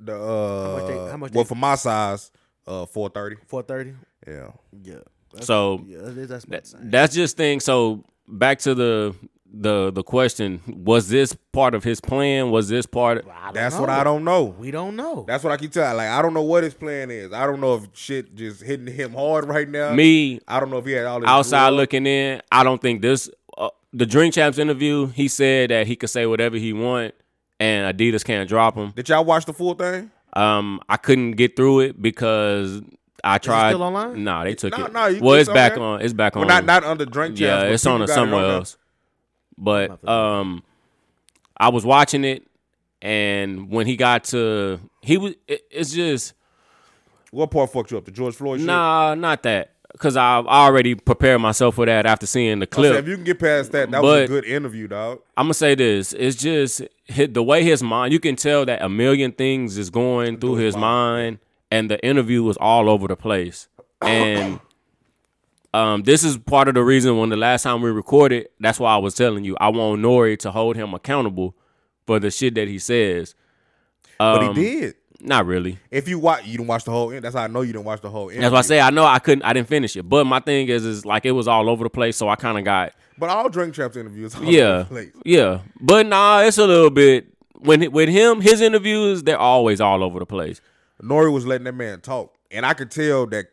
The uh, much they- how much well they- for my size, uh, four thirty. four thirty. Yeah, Yeah, So yeah, that's, that's, That's that's just thing. So back to the the the question: Was this part of his plan? Was this part? I don't that's know. what I don't know. We don't know. That's what I keep telling. Like I don't know what his plan is. I don't know if shit just hitting him hard right now. me I don't know if he had all this outside love. looking in. I don't think this. Uh, the Dream Champs interview. He said that he could say whatever he want, and Adidas can't drop him. Did y'all watch the full thing? Um, I couldn't get through it because I tried. still online? Nah, they took No, it. no, you- well, it's it's back okay. on. It's back Well, on. not not under drink champs. yeah, but it's on people it got it somewhere on there. else. But um, I was watching it, and when he got to, he was. It, it's just What part fucked you up? The George Floyd shit. nah, not that, because I I already prepared myself for that after seeing the I said, clip. Oh, if you can get past that, that But- was a good interview, dog. I'm gonna say this. It's just hit the way his mind. You can tell that a million things is going through his mind, and the interview was all over the place. And um, this is part of the reason when the last time we recorded, that's why I was telling you I want Nori to hold him accountable for the shit that he says. But Um, he did. Not really. If you watch, you didn't watch the whole. in- That's how I know you didn't watch the whole. That's why I say I know I couldn't. I didn't finish it. But my thing is, is like it was all over the place. So I kind of got But all drink traps interviews. all over Yeah, the place. yeah, but nah, it's a little bit when he- with him. His interviews they're always all over the place. Nori was letting that man talk, and I could tell that.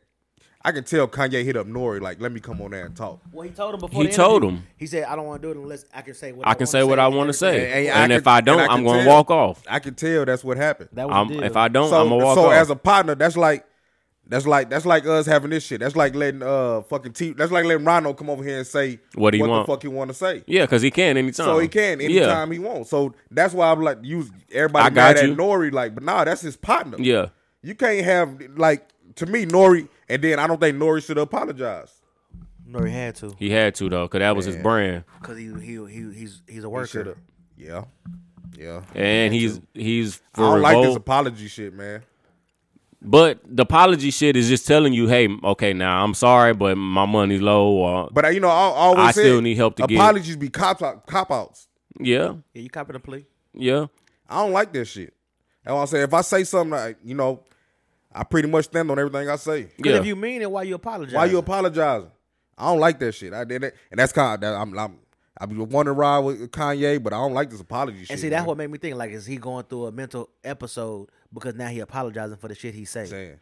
I could tell Kanye hit up Nori like, "Let me come on there and talk." Well, he told him before. He the told interview. him. He said, "I don't want to do it unless I can say what I can say wanna what I want to and say, everything." And- and I and if could- I don't, and I I'm could gonna tell. walk off. I could tell that's what happened. That was I'm, the deal. if I don't, so, I'm gonna walk so off. as a partner, that's like That's like that's like us having this shit. That's like letting uh fucking T. That's like letting Rhino come over here and say What he what want. the fuck he want to say. Yeah, because he can anytime. So he can anytime he wants. So that's why I'm like, you everybody I got mad you. at Nori, like, but nah, that's his partner. Yeah. yeah. you can't have like to me Nori, and then I don't think Nori should apologize. Nori had to He had to, though, because that was his brand. because he, he he he's he's a He shoulda- worker. yeah, yeah. And he's he's for I don't like revolt. this apology shit, man. But the apology shit is just telling you, hey, okay, now I'm sorry, but my money's low. Or But I- you know, I, I always I said, still need help to get- apologies be cop out, cop outs. yeah, Yeah, you copy the plea. yeah, I don't like that shit. And I say if I say something, I, you know, I pretty much stand on everything I say. Because yeah. if you mean it, why you apologize? Why you apologizing? I don't like that shit. I did it, and that's kind of that, I'm. I'm I be wanting to ride with Kanye, but I don't like this apology shit. and see, that's man. what made me think. Like, is he going through a mental episode because now he apologizing for the shit he said? saying.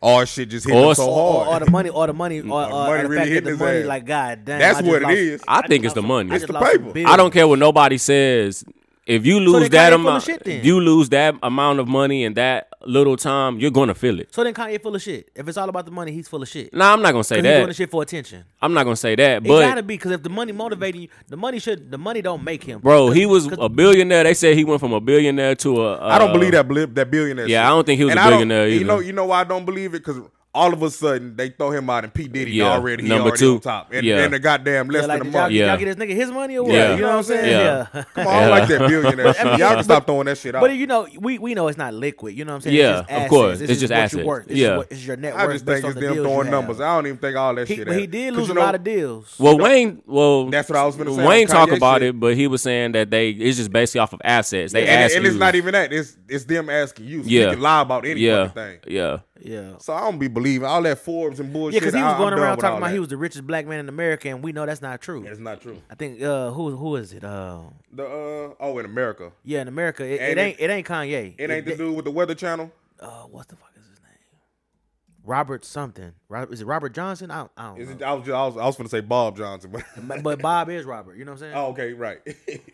All shit just hit Or him it's- so Or, hard. or the money, or the Mm. money, or, or, the or money the really fact that hitting the his money, ass. like, god damn, That's I just what it lost- is. I just think it's lost the some- money. I It's just the lost some paper. bills. I don't care what nobody says. If you So lose then that Kanye full of amount, shit then. you lose that amount of money in that little time, you're gonna feel it. So then Kanye full of shit. If it's all about the money, he's full of shit. Nah, I'm not gonna say 'Cause he doing that. the shit for attention. I'm not gonna say that. it gotta But be because if the money motivating you, the money should the money don't make him. bro, he was 'cause- a billionaire. They said he went from a billionaire to a. I don't uh, believe that blip, that billionaire. Yeah, shit. I don't think he was And a I don't- billionaire either. You know, you know why I don't believe it because all of a sudden they throw him out and P Diddy Yeah, already he number already two. on top and, Yeah. and the goddamn less Yeah, like, than a did y'all, month. did y'all Yeah. get this nigga his money or what? Yeah. You know what I'm saying? Yeah. Come on, I don't Yeah. like that billionaire. shit. mean, Y'all but- can stop throwing that shit out. But you know, we, we know it's not liquid. You know what I'm saying? it's just Yeah, of assets. course. This It's is just what you assets. worth. This Yeah. Is what, this is your net I worth just based think on it's the them deals throwing you numbers. Have. I don't even think all that He, shit. but he happened. did 'Cause lose you a know, lot of deals. Well, Wayne, well, That's what I was gonna say. Wayne on talk Kanye about shit. it, but he was saying that they it's just basically off of assets. They and, ask and you, it's not even that. It's it's them asking you. So Yeah. You can lie about any yeah, fucking thing. yeah, yeah. So I don't be believing all that Forbes and bullshit. Yeah, because he was I- going I'm done around with talking all about that. he was the richest black man in America, and we know that's not true. It's not true. I think uh, who who is it? Uh, The uh oh in America, yeah, in America, it, it And ain't it ain't Kanye. it ain't the dude with the Weather Channel. Uh, what the fuck is his name? Robert something. Robert, is it Robert Johnson? I don't, I don't Is know. it, I was I was I was gonna say Bob Johnson, but But- But Bob is Robert. You know what I'm saying? oh okay right.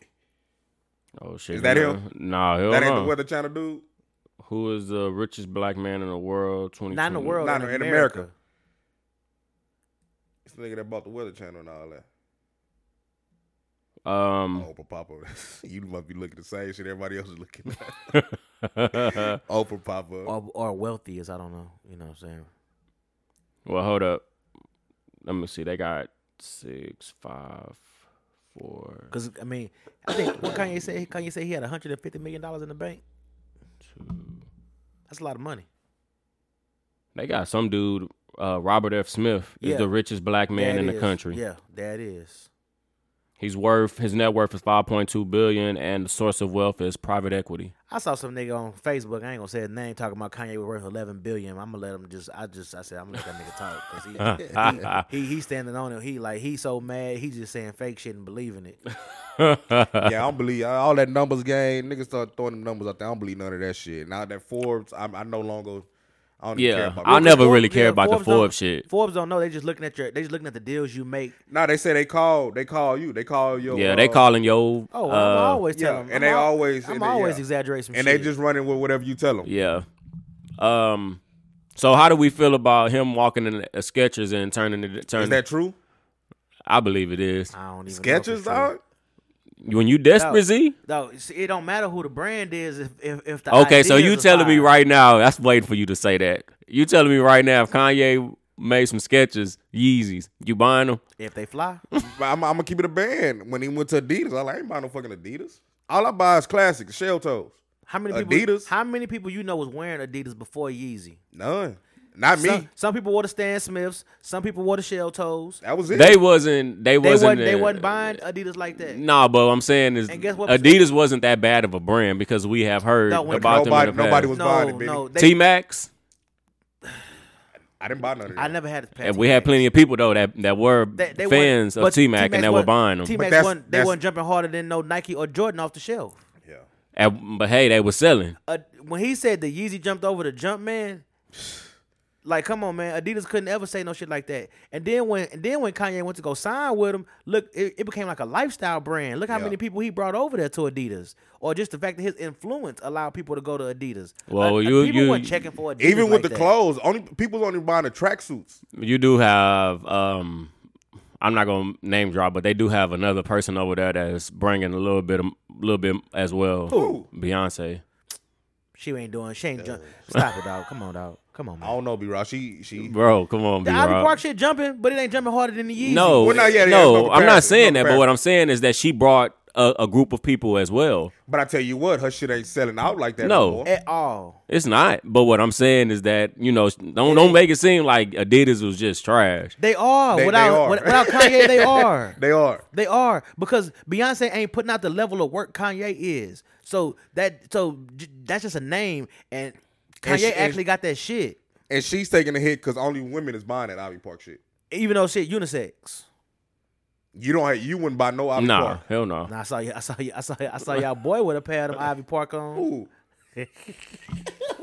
Oh shit, Is that nah. him? Nah, hell that ain't no. the Weather Channel dude. Who is the richest black man in the world? Twenty. Not in the world. Not in, in America. America. It's the nigga that bought the Weather Channel and all that. Um, Oprah Papa, you must be looking the same shit everybody else is looking. at. Oh. well, Oprah Papa, Or, or wealthy is I don't know. You know what I'm saying? hold up. Let me see. They got six, five, four, Because I mean, I think what Kanye said. Kanye said he had 150 million dollars in the bank. two. That's a lot of money. They got some dude, uh, Robert F. Smith, is Yeah. the richest black man That in the is- country. Yeah, that is. He's worth his net worth is five point two billion, and the source of wealth is private equity. I saw some nigga on Facebook. I ain't gonna say his name. Talking about Kanye was worth 11 billion. I'm gonna let him just. I just. I said I'm gonna let that nigga talk because he, he he standing on it. He like he's so mad. He just saying fake shit and believing it. yeah, I don't believe uh, all that numbers game. Niggas start throwing them numbers out there. I don't believe none of that shit. Now that Forbes, I, I no longer. I don't even care Yeah, about. I that. never really Forbes- care yeah, about the don't- Forbes shit. Forbes don't know. They just looking at your. They just looking at the deals you make. Now they say they call. They call you. They call your. Yeah, they uh, calling yo. Oh, uh, I'm always yeah, tell them. and they always- I'm and they- always yeah. exaggerate some uh, and shit. they just running with whatever you tell them. Yeah. Um. So how do we feel about him walking in a Skechers and turning it? Is Turning, that true? I believe it is. I don't even Sketches, know for dog. sure. When you desperate, Z. No, see, it don't matter who the brand is if if, if the Okay, so ideas you are telling me fire. right now? That's waiting for you to say that. You telling me right now? If Kanye made some Skechers, Yeezys, you buying them? if they fly. But I'm, I'm gonna keep it a band. When he went to Adidas, I like I ain't buying no fucking Adidas. All I buy is classics, shell toes. How many people? Adidas. How many people you know was wearing Adidas before Yeezy? None. Not me. Some, some people wore the Stan Smiths. Some people wore the shell toes. that was it. They wasn't. They They wasn't. wasn't. They uh, wasn't buying Adidas like that. Nah, but what I'm saying is, And guess what? Adidas wasn't that bad of a brand because we have heard No, when- about nobody, them. In the nobody was past. buying no, it, baby. no. They, T Max, I didn't buy none of that. I never had. and we had plenty of people though that, that were fans of T Mac and they were buying them. T But that's- Mac wasn't. They that's- wasn't jumping harder than no Nike or Jordan off the shelf. yeah. And- but hey, they were selling. uh, when he said the Yeezy jumped over the jump man, Like, come on, man. Adidas couldn't ever say no shit like that. And then when and then when Kanye went to go sign with him, look, it, it became like a lifestyle brand. Look how Yeah. many people he brought over there to Adidas, or just the fact that his influence allowed people to go to Adidas. Well, Uh, you- people you- weren't checking for Adidas Even like with the that. clothes, only people's only buying the tracksuits. You do have um I'm not gonna name drop, but they do have another person over there that's bringing a little bit, a little bit as well. Who? Beyonce. She ain't doing. She ain't. Jump. Stop it, dog. Come on, dog. Come on, I man. don't know, B. Rod. She she. Bro, come on, The B. Ivy Rob. Park shit jumping, but it ain't jumping harder than the Yeezy. No, Well, not yet, yeah, no, no I'm comparison, not saying no that. But what I'm saying is that she brought a, a group of people as well. But I tell you what, her shit ain't selling out like that. No. No, more. at all. It's not. But what I'm saying is that you know, don't don't make it seem like Adidas was just trash. They are They- they without are. with- without Kanye. They are. they are. They are because Beyonce ain't putting out the level of work Kanye is. So that so j- that's just a name, and Kanye And she- and- actually got that shit. And she's taking a hit because only women is buying that Ivy Park shit. Even though shit unisex. You don't have. You wouldn't buy no Ivy Nah, Park. hell no. Nah, I saw you. I saw you. I saw you. I saw y'all boy with a pair of them Ivy Park on. Ooh. You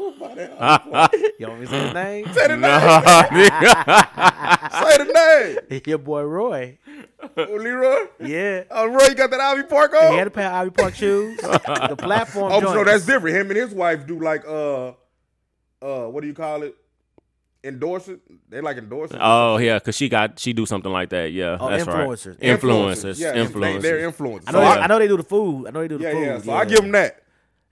want me to say his name? Say the name. Say the Your boy Roy. name. Oh, Leroy. Yeah. Oh, Roy, you got that Ivy Park on. He had a pair of Ivy Park shoes. the platform. Oh, joints. no, that's different. Him and his wife do like uh uh what do you call it? Endorse it. They like endorse it. Oh yeah, cause she got she do something like that. Yeah, Oh, that's influencers. right. Influencers, Yeah, influencers. They, are influencers. I So know, I- they, I know they do the food. I know they do the yeah, food. yeah. So I give him that.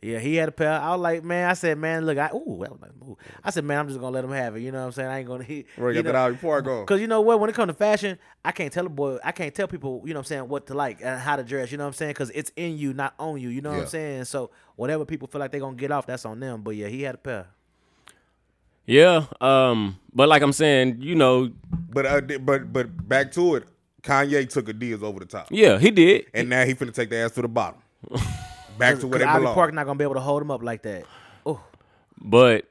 Yeah, he had a pair. I was like, man, I said, man, look, I ooh, that was like, ooh. I said, man, I'm just gonna let him have it. You know what I'm saying? I ain't gonna he, Roy you got that know, Ivy Park on. Cause you know what, when it comes to fashion, I can't tell a boy, I can't tell people, you know what I'm saying, what to like and how to dress. You know what I'm saying? Cause it's in you, not on you. You know what Yeah. I'm saying? So whatever people feel like they're gonna get off, that's on them. But yeah, he had a pair. Yeah. Um. But like I'm saying, you know, But uh, di- but but back to it. Kanye took Adidas over the top, yeah, he did. and now he finna take the ass to the bottom. Back to Cause where they Ivy belong. Park not gonna be able to hold him up like that. Oh, But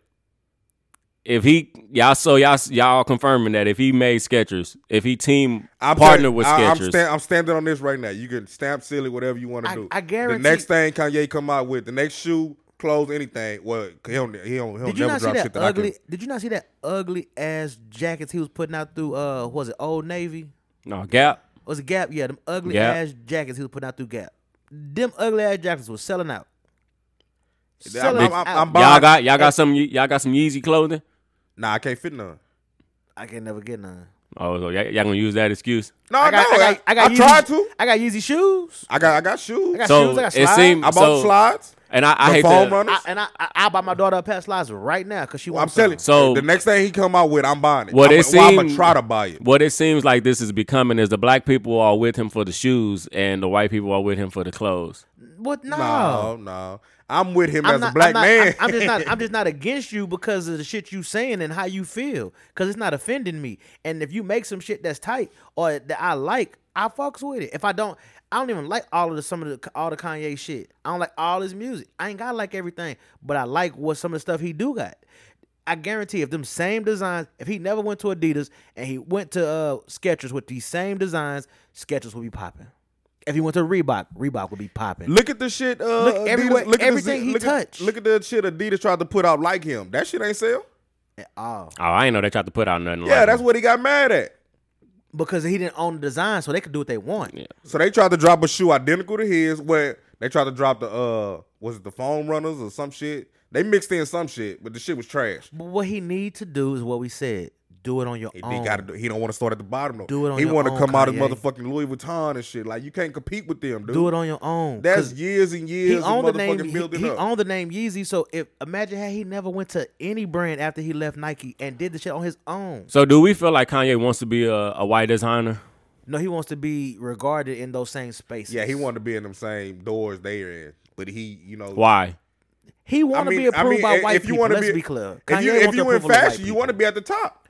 if he y'all so y'all y'all confirming that if he made Skechers, if he team I'm partner telling- with I, I'm, Skechers, stand, I'm standing on this right now. You can stamp silly, whatever you want to I- do. I guarantee- The next thing Kanye come out with, the next shoe, clothes, anything. Well, he don't, he don't, he did don't you never not see drop that shit that ugly? I Did you not see that ugly ass jackets he was putting out through? Uh, was it Old Navy? no Gap. Was it Gap? Yeah, them ugly Gap. ass jackets he was putting out through Gap. Them ugly ass jackets was selling out. can. Selling I'm, out. I'm, I'm buying. Y'all got eh, y'all got some y'all got some Yeezy clothing. nah, I can't fit none. I can never get none. Oh, so y'all, y'all gonna use that excuse? No, I got, no, I, I, got, I, got Yeezy- tried to. I got Yeezy shoes. I got, I got shoes. I, got- So shoes, I got it slides. seems. bought so, slides. And I, I the hate foam to. runners. I, and I, I, I buy my daughter a pair of slides right now because she I'm wants. telling. So- So the next thing he come out with, I'm buying it. What I'm, it well, I'm seem- gonna try to buy it. What it seems like this is becoming is the black people are with him for the shoes and the white people are with him for the clothes. some. What? No. No, no. I'm with him I'm as not, a black I'm not, man. I'm, I'm just not. I'm just not against you because of the shit you saying and how you feel. Because it's not offending me. And if you make some shit that's tight or that I like, I fucks with it. If I don't, I don't even like all of the some of the all the Kanye shit. I don't like all his music. I ain't gotta like everything, but I like what some of the stuff he do got. I guarantee if them same designs, if he never went to Adidas and he went to uh, Skechers with these same designs, Skechers would be popping. If he went to Reebok, Reebok would be popping. Look at the shit. Uh, Look Adidas- everywhere- look at the everything shit- he look touched. At, look at the shit Adidas tried to put out like him. That shit ain't sell. at all. Oh, I ain't know they tried to put out nothing. Yeah, like that's that. what he got mad at. because he didn't own the design, so they could do what they want. So they tried to drop a shoe identical to his. Where they tried to drop the uh, was it the foam runners or some shit? They mixed in some shit, but the shit was trash. But what he need to do is what we said: do it on your He, own. got to. He don't want to start at the bottom though. Oh. Do it on he your wanna own, come out as Kanye. motherfucking Louis Vuitton and shit. Like you can't compete with them, dude. do it on your own. That's 'Cause years and years. he of owned the motherfucking name. He, Building he up. owned the name Yeezy. So if imagine had he never went to any brand after he left Nike and did the shit on his own. So do we feel like Kanye wants to be a, a white designer? No, he wants to be regarded in those same spaces. yeah, he wanted to be in them same doors they're in, but he, you know, Why? He want to be approved by i- white if you people. wanna Let's be, be, clear. If you, Kanye wants the if you in approval of white fashion, you want to people. be at the top.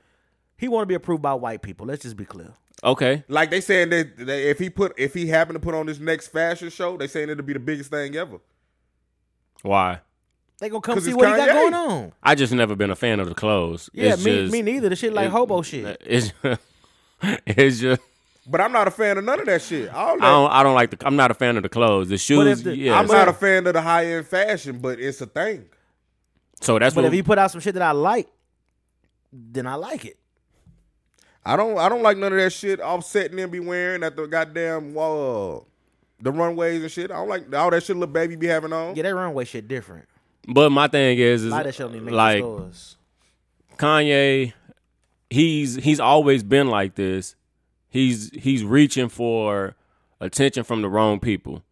He want to be approved by white people. Let's just be clear. Okay. Like they saying that, that if he put if he happened to put on this next fashion show, they saying it'll be the biggest thing ever. Why? They gonna come 'Cause see it's what he got Kanye. going on. I just never been a fan of the clothes. Yeah, It's me, just- me neither. The shit like it- hobo shit. It's it's just But I'm not a fan of none of that shit. All I that, don't I don't like the I'm not a fan of the clothes. The shoes, if the- yeah. I'm not a fan of the high end fashion, but it's a thing. so that's But what if he put out some shit that I like, then I like it. I don't I don't like none of that shit offset and them be wearing at the goddamn wall the runways and shit. I don't like all that shit little baby be having on. Yeah, that runway shit different. But my thing is, A is lot of that shit don't even make like the stores. Kanye, he's he's always been like this. He's he's reaching for attention from the wrong people,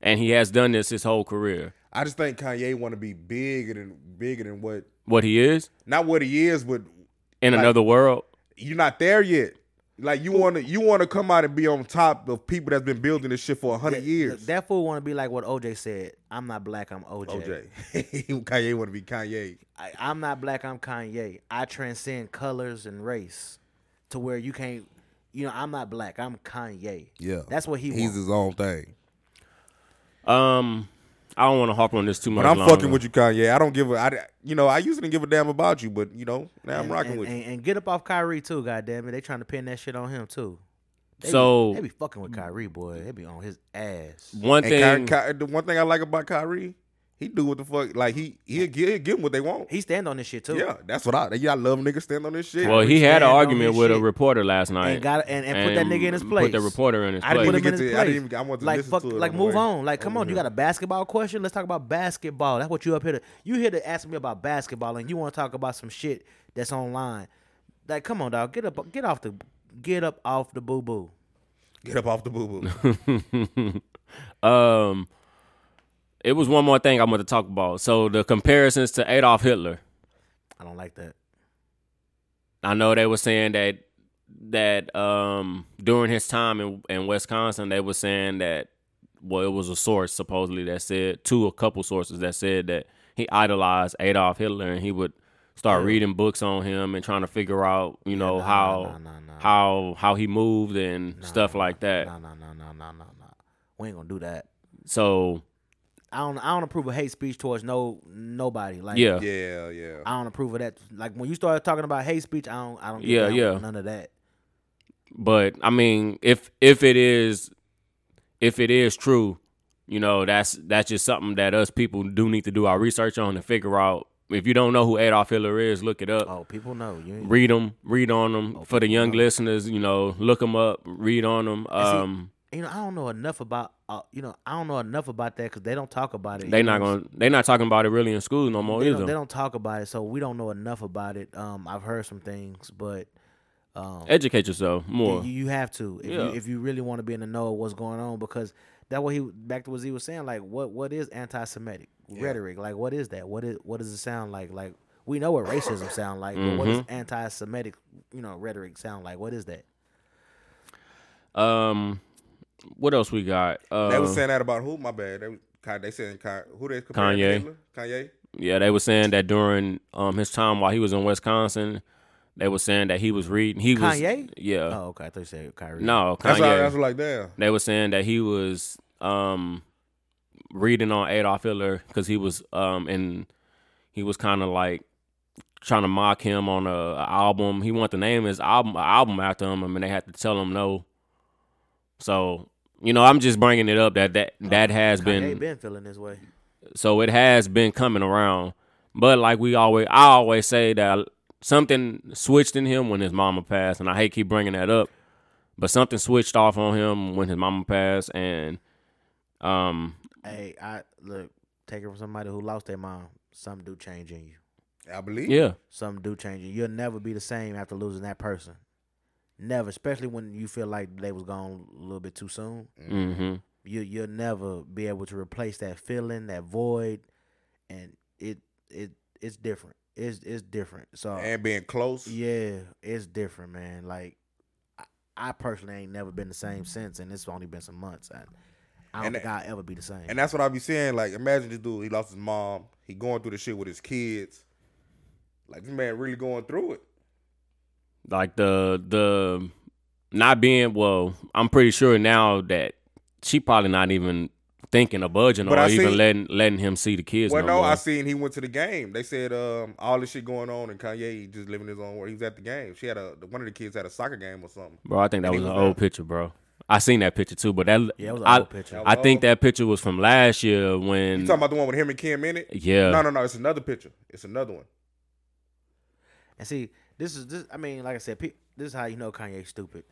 and he has done this his whole career. I just think Kanye wanna be bigger than bigger than what What he is not what he is, but in another world, you're not there yet. Like you wanna you wanna come out and be on top of people that's been building this shit for hundred years. That fool want to be like what OJ said. I'm not black. I'm OJ. OJ. Kanye wanna be Kanye. I, I'm not black. I'm Kanye. I transcend colors and race to where you can't. You know, I'm not black. I'm Kanye. that's what he He's wants. his own thing. um, I don't want to harp on this too much. But I'm longer. fucking with you, Kanye. I don't give a I you know, I used to give a damn about you, but you know, now I'm And- rocking and, with you. and, and get up off Kyrie too. Goddamn it, they trying to pin that shit on him too. They be- So- they be fucking with Kyrie, boy. They be on his ass. One thing, And Ky- Ky- the one thing I like about Kyrie, he do what the fuck like he he'll give, he'll give them what they want. He stand on this shit too. yeah, that's what I yeah I love niggas stand on this shit. well, he had stand an on argument his with a shit. reporter last night, And got and, and put that nigga in his place. Put the reporter in his I didn't put place. didn't him in get his to- I place. didn't even- I wanted to like listen fuck, to it on like the move way on. Like come over on, you here. got a basketball question? Let's talk about basketball. That's what you up here to. You here to ask me about basketball, and you want to talk about some shit that's online. Like come on, dog. Get up, get off the, get up off the boo boo. Get up off the boo boo. Um, it was one more thing I wanted to talk about. So the comparisons to Adolf Hitler. I don't like that. I know they were saying that that um during his time in in Wisconsin they were saying that well it was a source supposedly that said two a couple sources that said that he idolized Adolf Hitler and he would start reading books on him and trying to figure out you know nah, how nah, nah, nah. how how he moved and stuff like that. No, no, no, no, no, no, no. We ain't gonna do that. So I don't. I don't approve of hate speech towards no nobody. Like yeah. yeah, yeah. I don't approve of that. Like when you start talking about hate speech, I don't. I don't. Get Yeah, down yeah. with None of that. but I mean, if if it is, if it is true, you know, that's that's just something that us people do need to do our research on and figure out. If you don't know who Adolf Hitler is, look it up, Oh, people know you. Ain't, read them, read on them. For the young listeners, you know, look them up, read on them. Um, you know, I don't know enough about. Uh, you know, I don't know enough about that because they don't talk about it. they you not know? gonna, they not talking about it really in school no more They don't, they either. don't talk about it, so we don't know enough about it. Um, I've heard some things, but Educate yourself you, more. you have to if, Yeah. you, if you really want to be in the know of what's going on because that what he back to what he was saying like what what is anti-Semitic rhetoric like what is that what is what does it sound like like we know what racism sound like but what does Mm-hmm. anti-Semitic you know rhetoric sound like what is that Um, what else we got? Uh, they was saying that about who? My bad. They was- Ky- they saying Ky- who they comparing Kanye. to Hitler? Kanye. Yeah, they were saying that during um his time while he was in Wisconsin, they were saying that he was reading. He was Kanye? yeah. oh okay I thought you said Kyrie No, Kanye. That's why that's like damn. they were saying that he was um reading on Adolf Hitler because he was um and he was kind of like trying to mock him on a, a album. He wanted to name his album a album after him, and they had to tell him no. So you know, I'm just bringing it up that that that has Kanye been been feeling this way so it has been coming around. But like we always, I always say that something switched in him when his mama passed, and I hate keep bringing that up. But something switched off on him when his mama passed, and um, hey I look take it from somebody who lost their mom some do change in you I believe. yeah, some do change you you'll never be the same after losing that person never especially when you feel like they was gone a little bit too soon mm-hmm. you you'll never be able to replace that feeling, that void, and it it it's different. It's it's different. So And being close. yeah, it's different, man. Like I, I personally ain't never been the same since, and it's only been some months. I, I don't And think I'll ever be the same. And that's what I be saying. Like, imagine this dude. He lost his mom. He going through the shit with his kids. Like this man really going through it. like the the not being well. I'm pretty sure now that she probably not even thinking of budging But or I even see- letting letting him see the kids. Well, no, no, more. I seen he went to the game. They said um, all this shit going on, and Kanye just living his own world. He was at the game. She had a one of the kids had a soccer game or something. Bro, I think that And was he an was old out. picture, bro. I seen that picture too, but that Yeah, it was an I, old picture. I think old. that picture was from last year when You talking about the one with him and Kim in it? yeah, No, no, no. It's another picture. It's another one. And see, this is this. I mean, like I said, pe- this is how you know Kanye stupid.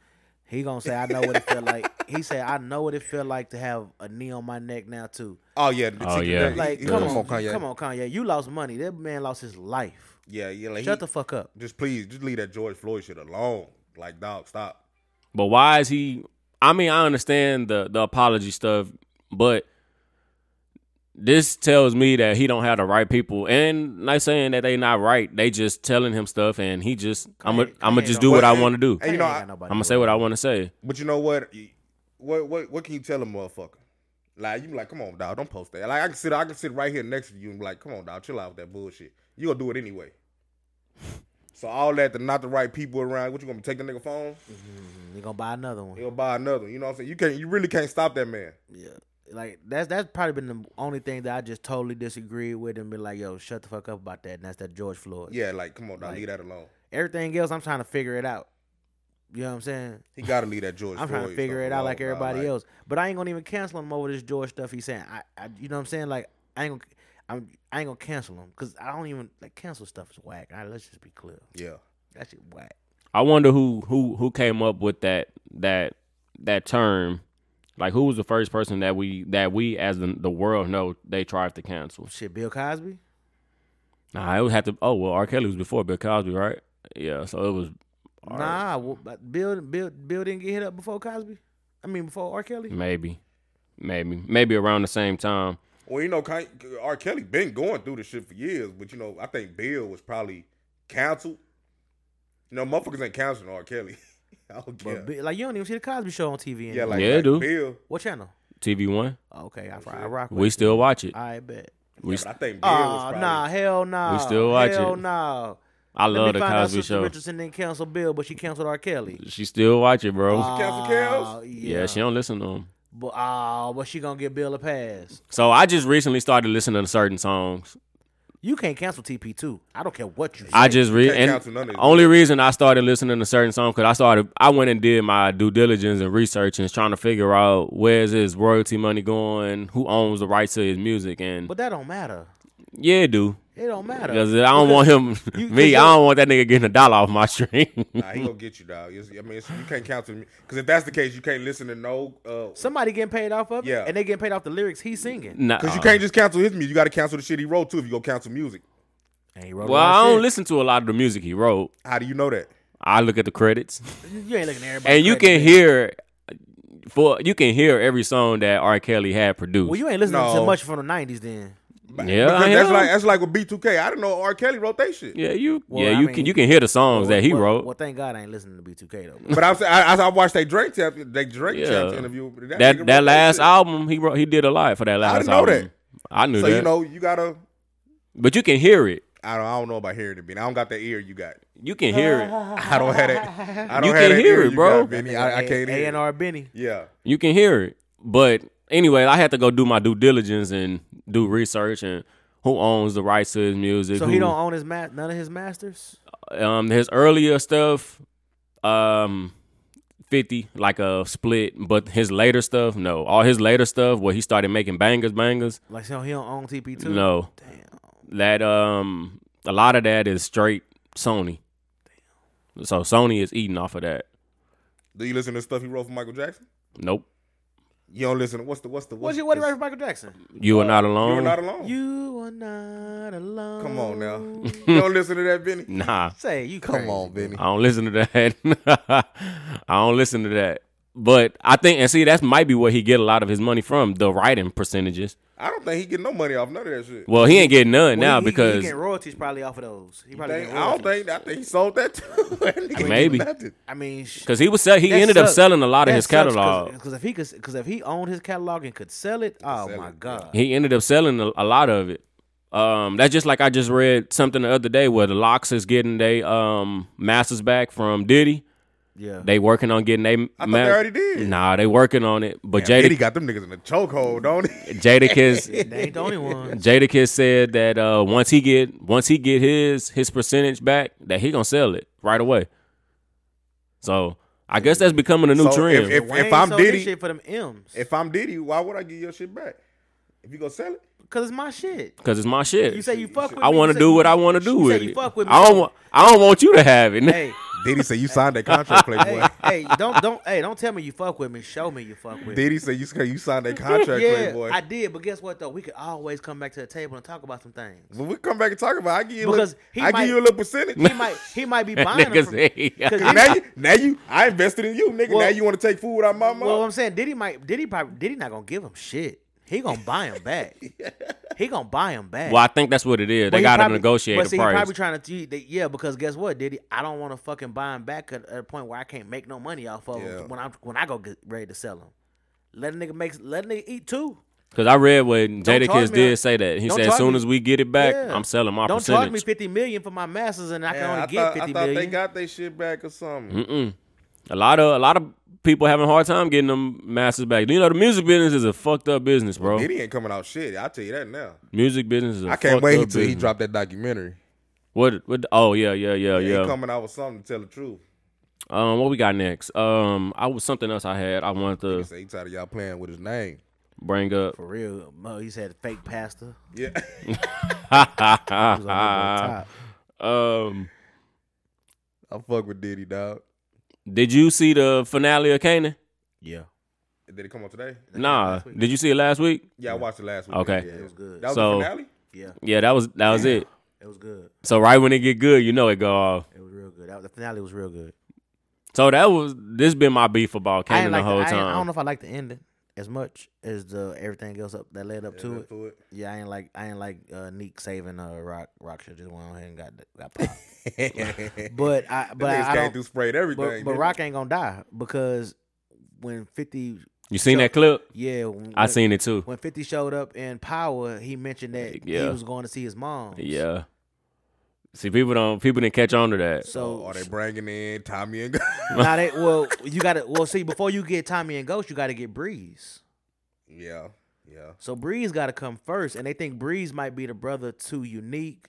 He gonna say, "I know what it felt like." He said, "I know what it felt like to have a knee on my neck now too." Oh yeah, the Oh, ticket- yeah. that- Like, he- come on, he- come on, Kanye. You lost money. That man lost his life. Yeah, yeah. Like, Shut he- the fuck up. Just please, just leave that George Floyd shit alone. Like, dog, stop. But why is he? I mean, I understand the the apology stuff, but this tells me that he don't have the right people. And not saying that they not right, they just telling him stuff, and he just I'm gonna Kanye- I'm gonna Kanye just don't- do what I But- want to do. Hey, you Kanye know, ain't I- got nobody I'm gonna to say what I want to say. But you know what? What what what can you tell a motherfucker? Like you be like, come on, dog, don't post that. Like I can sit, I can sit right here next to you and be like, come on, dog, chill out with that bullshit. You gonna do it anyway. So all that, the not the right people around. What you gonna take the nigga phone? Mm-hmm. You gonna buy another one? He'll buy another. one. You know what I'm saying? You can't, you really can't stop that man. Yeah. Like that's that's probably been the only thing that I just totally disagreed with and been like, yo, shut the fuck up about that. And that's that George Floyd. Yeah, like come on, dog, Like- leave that alone. Everything else, I'm trying to figure it out. You know what I'm saying? He gotta leave that George. I'm trying to Floyd figure stuff it out alone, like dog. everybody Like, else. But I ain't gonna even cancel him over this George stuff he's saying. I, I you know what I'm saying? Like I ain't gonna. I'm, I ain't gonna cancel him because I don't even like cancel stuff is whack. All right, let's just be clear, Yeah, that shit whack. I wonder who who who came up with that that that term. Like who was the first person that we that we as the, the world know they tried to cancel? Shit, Bill Cosby. Nah, it would have to. Oh well, R. Kelly was before Bill Cosby, right? Yeah, so it was Nah, well, but Bill, Bill, Bill didn't get hit up before Cosby. I mean, before R. Kelly. Maybe, maybe, maybe around the same time. Well, you know, Kanye- R. Kelly been going through this shit for years, but you know, I think Bill was probably canceled. You know, motherfuckers ain't canceling R. Kelly. I don't But care. Bi- like you don't even see the Cosby Show on TV anymore. yeah, like, Yeah, like dude. Bill. what channel? TV One, Oh, okay, I, I rock. With we still watch it. I bet. We, But I think Bill was Oh probably. nah, hell nah. We still watch hell it. nah. I Let love me the find out Cosby Sister Show. Richardson didn't cancel Bill, but she canceled R. Kelly. She still watch it, bro. Cancel Kells? Oh, yeah. she don't listen to him. But oh, but she gonna get Bill a pass. So I just recently started listening to certain songs. You can't cancel TP two. I don't care what you. Say. I just re- Can't cancel none and of these. only reason I started listening to certain songs because I started I went and did my due diligence and research and trying to figure out where's his royalty money going, who owns the rights to his music, and But that don't matter. yeah, it do It don't matter. because I don't want him you- me. 'cause I you- don't want that nigga getting a dollar off my stream. Nah, he gonna get you, dog. It's- I mean, it's, you can't cancel me because if that's the case, you can't listen to no. uh, Because Somebody getting paid off of it, Yeah. and they getting paid off the lyrics he's singing. Nah. you can't just cancel his music. You got to cancel the shit he wrote too. If you go cancel music, And he wrote a Well, lot of I don't shit. listen to a lot of the music he wrote. how do you know that? I look at the credits, You ain't looking at everybody. and you credit, can man. hear for you can hear every song that R. Kelly had produced. Well, you ain't listening to No. much from the nineties then. yeah, Because I that's am. like that's like with B2K. I didn't know R. Kelly wrote that shit. yeah, you Well, yeah I you mean- can you can hear the songs that he Well, wrote. Well, thank God I ain't listening to B2K though. But I'm saying I, I, I watched that Drake tap, that Drake Yeah. chapter interview. that nigga that, wrote that last shit. album he wrote he did a lot for that last didn't know album. that. I knew So that, you know you gotta. but you can hear it. I don't, I don't know about hearing it, Benny. I don't got that ear you got. You can hear it. I don't have that. I don't You have can that hear ear it, you bro. Got, Benny. I, I can't A hear. and it. R Benny. Yeah, You can hear it. But anyway, I had to go do my due diligence and do research and who owns the rights to his music. So who, he don't own his ma- none of his masters. um his earlier stuff um 50 like a split but his later stuff no all his later stuff where he started making bangers bangers Like so he don't own TP two. no that um a lot of that is straight sony so sony is eating off of that do you listen to stuff he wrote for Michael Jackson? nope You don't listen. To, what's the what's the What's your what right for Michael Jackson? you are not alone You're not alone. You are not alone. Come on now. you don't listen to that, Benny. nah Say you Come on, Benny. I don't listen to that. I don't listen to that. But I think and see that's might be where he get a lot of his money from the writing percentages. I don't think he get no money off none of that shit. Well, he ain't getting none Well, now he- he- because he getting royalties probably off of those. He probably Think- getting I don't royalties. think. I think he sold that too. That nigga ain't Maybe. nothing. I mean, sh- Because he was sell, he that ended up sucks. selling a lot of That his sucks catalog. Because if he could, because if he owned his catalog and could sell it, oh sell my it. god. He ended up selling a, a lot of it. Um, that's just like I just read something the other day where the Locks is getting they um masters back from Diddy. Yeah. They working on getting they. I thought they already did. Nah, they working on it. But Damn, Benny Jada got them niggas in the chokehold, don't he? Jadakiss they ain't the only one. Jadakiss said that uh, once he get once he get his his percentage back that he gonna sell it right away. So I guess that's becoming a new So trend. if- Wayne I'm sold his Diddy- shit for them M's. If I'm Diddy, why would I give your shit back? If you gonna sell it, Cause it's my shit. Cause it's my shit. You say you fuck with I me, you want to say do you- what I want to do you say with you it. fuck with me, I don't. so- wa- I don't want you to have it. Hey, Diddy say you signed that contract, Playboy. hey, hey, don't don't hey, don't tell me you fuck with me. Show me you fuck with me. Diddy say you you signed that contract, Yeah, Playboy. I did, but guess what though? We could always come back to the table and talk about some things. When we come back and talk about, it, I give you a Because little, he I might- give you a little percentage. He might he might be buying them Niggas from, say- 'cause Cause now Diddy- you, now you, I invested in you, nigga. Well- now you want to take food out of my mouth? Well, I'm saying Diddy might Diddy probably Diddy not gonna give him shit. He gonna buy him back. He gonna buy him back. Well, I think that's what it But is. They he got to probably- negotiate but the see, price. He probably trying to, they- yeah, because guess what, Diddy? I don't want to fucking buy him back at, at a point where I can't make no money off of Yeah. him when I when I go get ready to sell him. Let a nigga make, let a nigga eat too. Because I read what Jadakiss charge me did a- say that. He don't said, as charge soon me- as we get it back, Yeah. I'm selling my Don't percentage. charge me fifty million for my masters, and I can Man, only I get thought, I fifty thought million. they got their shit back or something. a lot of a lot of people having a hard time getting them masters back. You know, the music business is a fucked up business, bro. Diddy ain't coming out shit. I will tell you that now. Music business is a I can't fucked wait up until he business. dropped that documentary. What? What? Oh yeah, yeah, yeah, Yeah. yeah. He coming out with something to tell the truth. Um, what we got next? Um, I was something else I had. I He wanted to said he tired of y'all playing with his name. bring up. For real, Mo, he said fake pastor. Yeah, He was on Ah. that boy top. Um, I fuck with Diddy, dog. did you see the finale of Canaan? Yeah, Did it come out today? Nah. Did you see it last week? Yeah, I watched it last week. Okay. Yeah, it was good. That was So- the finale. Yeah, Yeah, that was that was it. it was good. So right when it get good, you know it go off. It was real good. That, the finale was real good. So that was this been my beef about I, Canaan ain't the like the, whole I, ain't- I don't time. know if I like the ending as much as the everything else up that led up to it. To it. Yeah, I ain't like I ain't like uh, Neek saving uh, Rock. Rock should just went on here and got got popped. but I but Niggas I came don't. through sprayed everything. but, but didn't Rock ain't gonna die because when Fifty, You seen that clip? yeah, when, I seen it too. when Fifty showed up in Power, he mentioned that Yeah. he was going to see his mom. Yeah. See, people don't people didn't catch on to that. they? So Oh, are they bringing in Tommy and? now they well you gotta well see before you get Tommy and Ghost, you gotta get Breeze. yeah, yeah. So Breeze got to come first, and they think Breeze might be the brother to Unique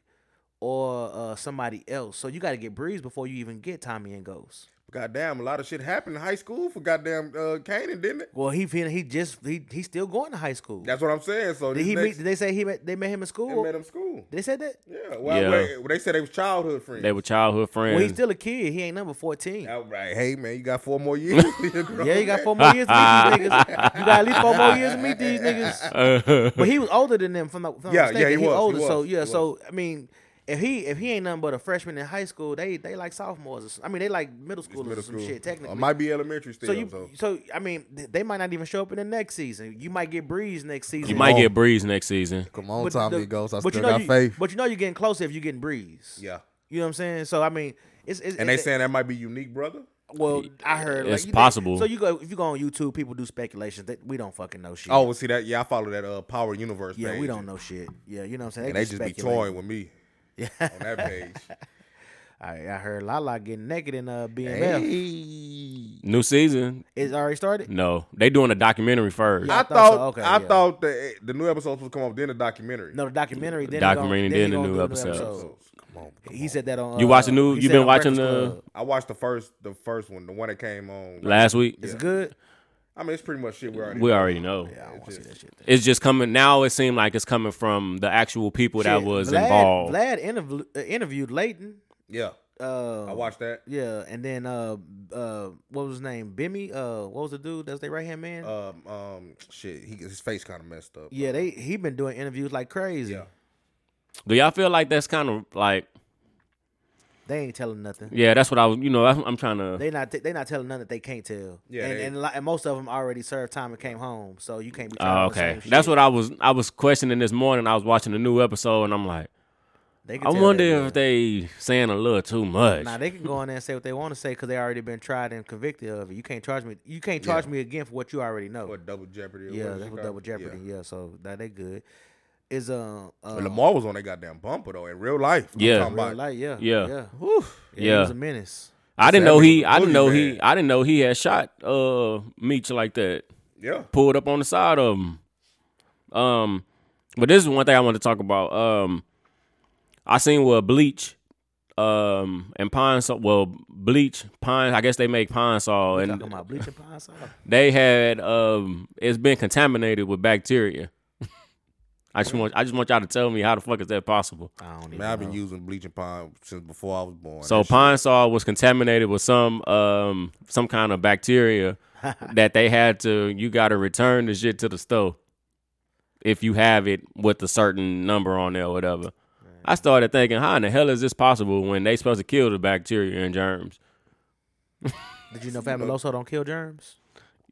or uh, somebody else. So you got to get Breeze before you even get Tommy and Ghost. Goddamn, a lot of shit happened in high school for goddamn uh, Canaan, didn't it? Well, he fin- he just he he's still going to high school. That's what I'm saying. So did these he meet? next- Did they say he met, they met him in they school? met him school. they said that. Yeah, well, Yeah. well, they said they was childhood friends. They were childhood friends. Well, he's still a kid. He ain't number fourteen. All right, hey man, you got four more years. Yeah, you got four more years to meet these niggas. You got at least four more years to meet these niggas. But he was older than them from the from Yeah, yeah, mistaken. he was, he older, so was, yeah, he so I mean, if he if he ain't nothing but a freshman in high school, they they like sophomores. or s- I mean, they like middle schoolers Middle or some school. Uh, shit Or technically. might be elementary still. so So you so I mean, th- they might not even show up in the next season. You might get Breeze next season. you might Come get Breeze next season. come on, But Tommy the- Ghost. I but still you know got you, faith. But you know you're getting closer if you're getting Breeze. yeah, You know what I'm saying? So I mean, it's, it's and they it's- saying that might be unique, brother. well, I heard like, It's you- possible. So you go if you go on YouTube, people do speculations that we don't fucking know shit. Oh, well, see that? Yeah, I follow that uh, Power Universe. Yeah, page. we don't know shit. Yeah, you know what I'm saying? And they just be speculate. toying with me. Yeah, on that page. I, I heard Lala getting naked in uh, BMF. hey. New season? It's already started. No. They doing a documentary first. Yeah. I I thought, thought so. Okay, I yeah. thought the the new episodes was come up then the documentary. No, the documentary. Then Documentary, they then gonna, the he new gonna do episode. Episodes. Come on, come He on. said that on. You uh, watch the he new- you said been on watching Breakfast the- Club. I watched the first the first one, the one that came on. Last week? It's good. I mean, it's pretty much shit we already. We already know. Yeah, I want to see that shit. It's just coming now it seemed like it's coming from the actual people that Shit, was Vlad, involved. Vlad interv- uh, interviewed Leighton. yeah, I Uh, watched that. yeah, and then uh, uh, what was his name? Bimmy. Uh, what was the dude that's their right hand man? Um, um, shit, he, his face kind of messed up. yeah, they he been doing interviews like crazy. Yeah. Do y'all feel like that's kind of like They ain't telling nothing. yeah, that's what I was you know, I'm, I'm trying to They not they not telling none that they can't tell. Yeah, and they- and, li- and most of them already served time and came home, so you can't be. Oh, okay. That's what I was I was questioning this morning. I was watching a new episode and I'm like, They can I tell wonder that, if they saying a little too much. Now they can go in there and say what they want to say because they already been tried and convicted of it. You can't charge me. You can't charge me again for what you already know. What double jeopardy? or yeah, that what is it was called? double jeopardy. Yeah. Yeah, so that they good. Is uh, uh But Lamar was on that goddamn bumper though in real life. I'm Yeah. talking real about- life, yeah, Yeah. yeah, Whew. He Yeah. was a menace. I didn't That know nigga he was I didn't know he boogeyman. I didn't know he had shot uh Meach like that. yeah. pulled up on the side of him. Um, but this is one thing I want to talk about. Um, I seen where Bleach, um, and Pine Sol. Well, Bleach Pine. I guess they make Pine Sol, Talking and about bleaching pine salt. they had um, it's been contaminated with bacteria. I just want I just want y'all to tell me how the fuck is that possible? I don't even. Man, I've been know. using bleaching pine since before I was born. So That shit- pine saw was contaminated with some um some kind of bacteria that they had to you got to return the shit to the store if you have it with a certain number on there or whatever. I started thinking, how in the hell is this possible when they supposed to kill the bacteria and germs? Did you know Fabuloso don't kill germs?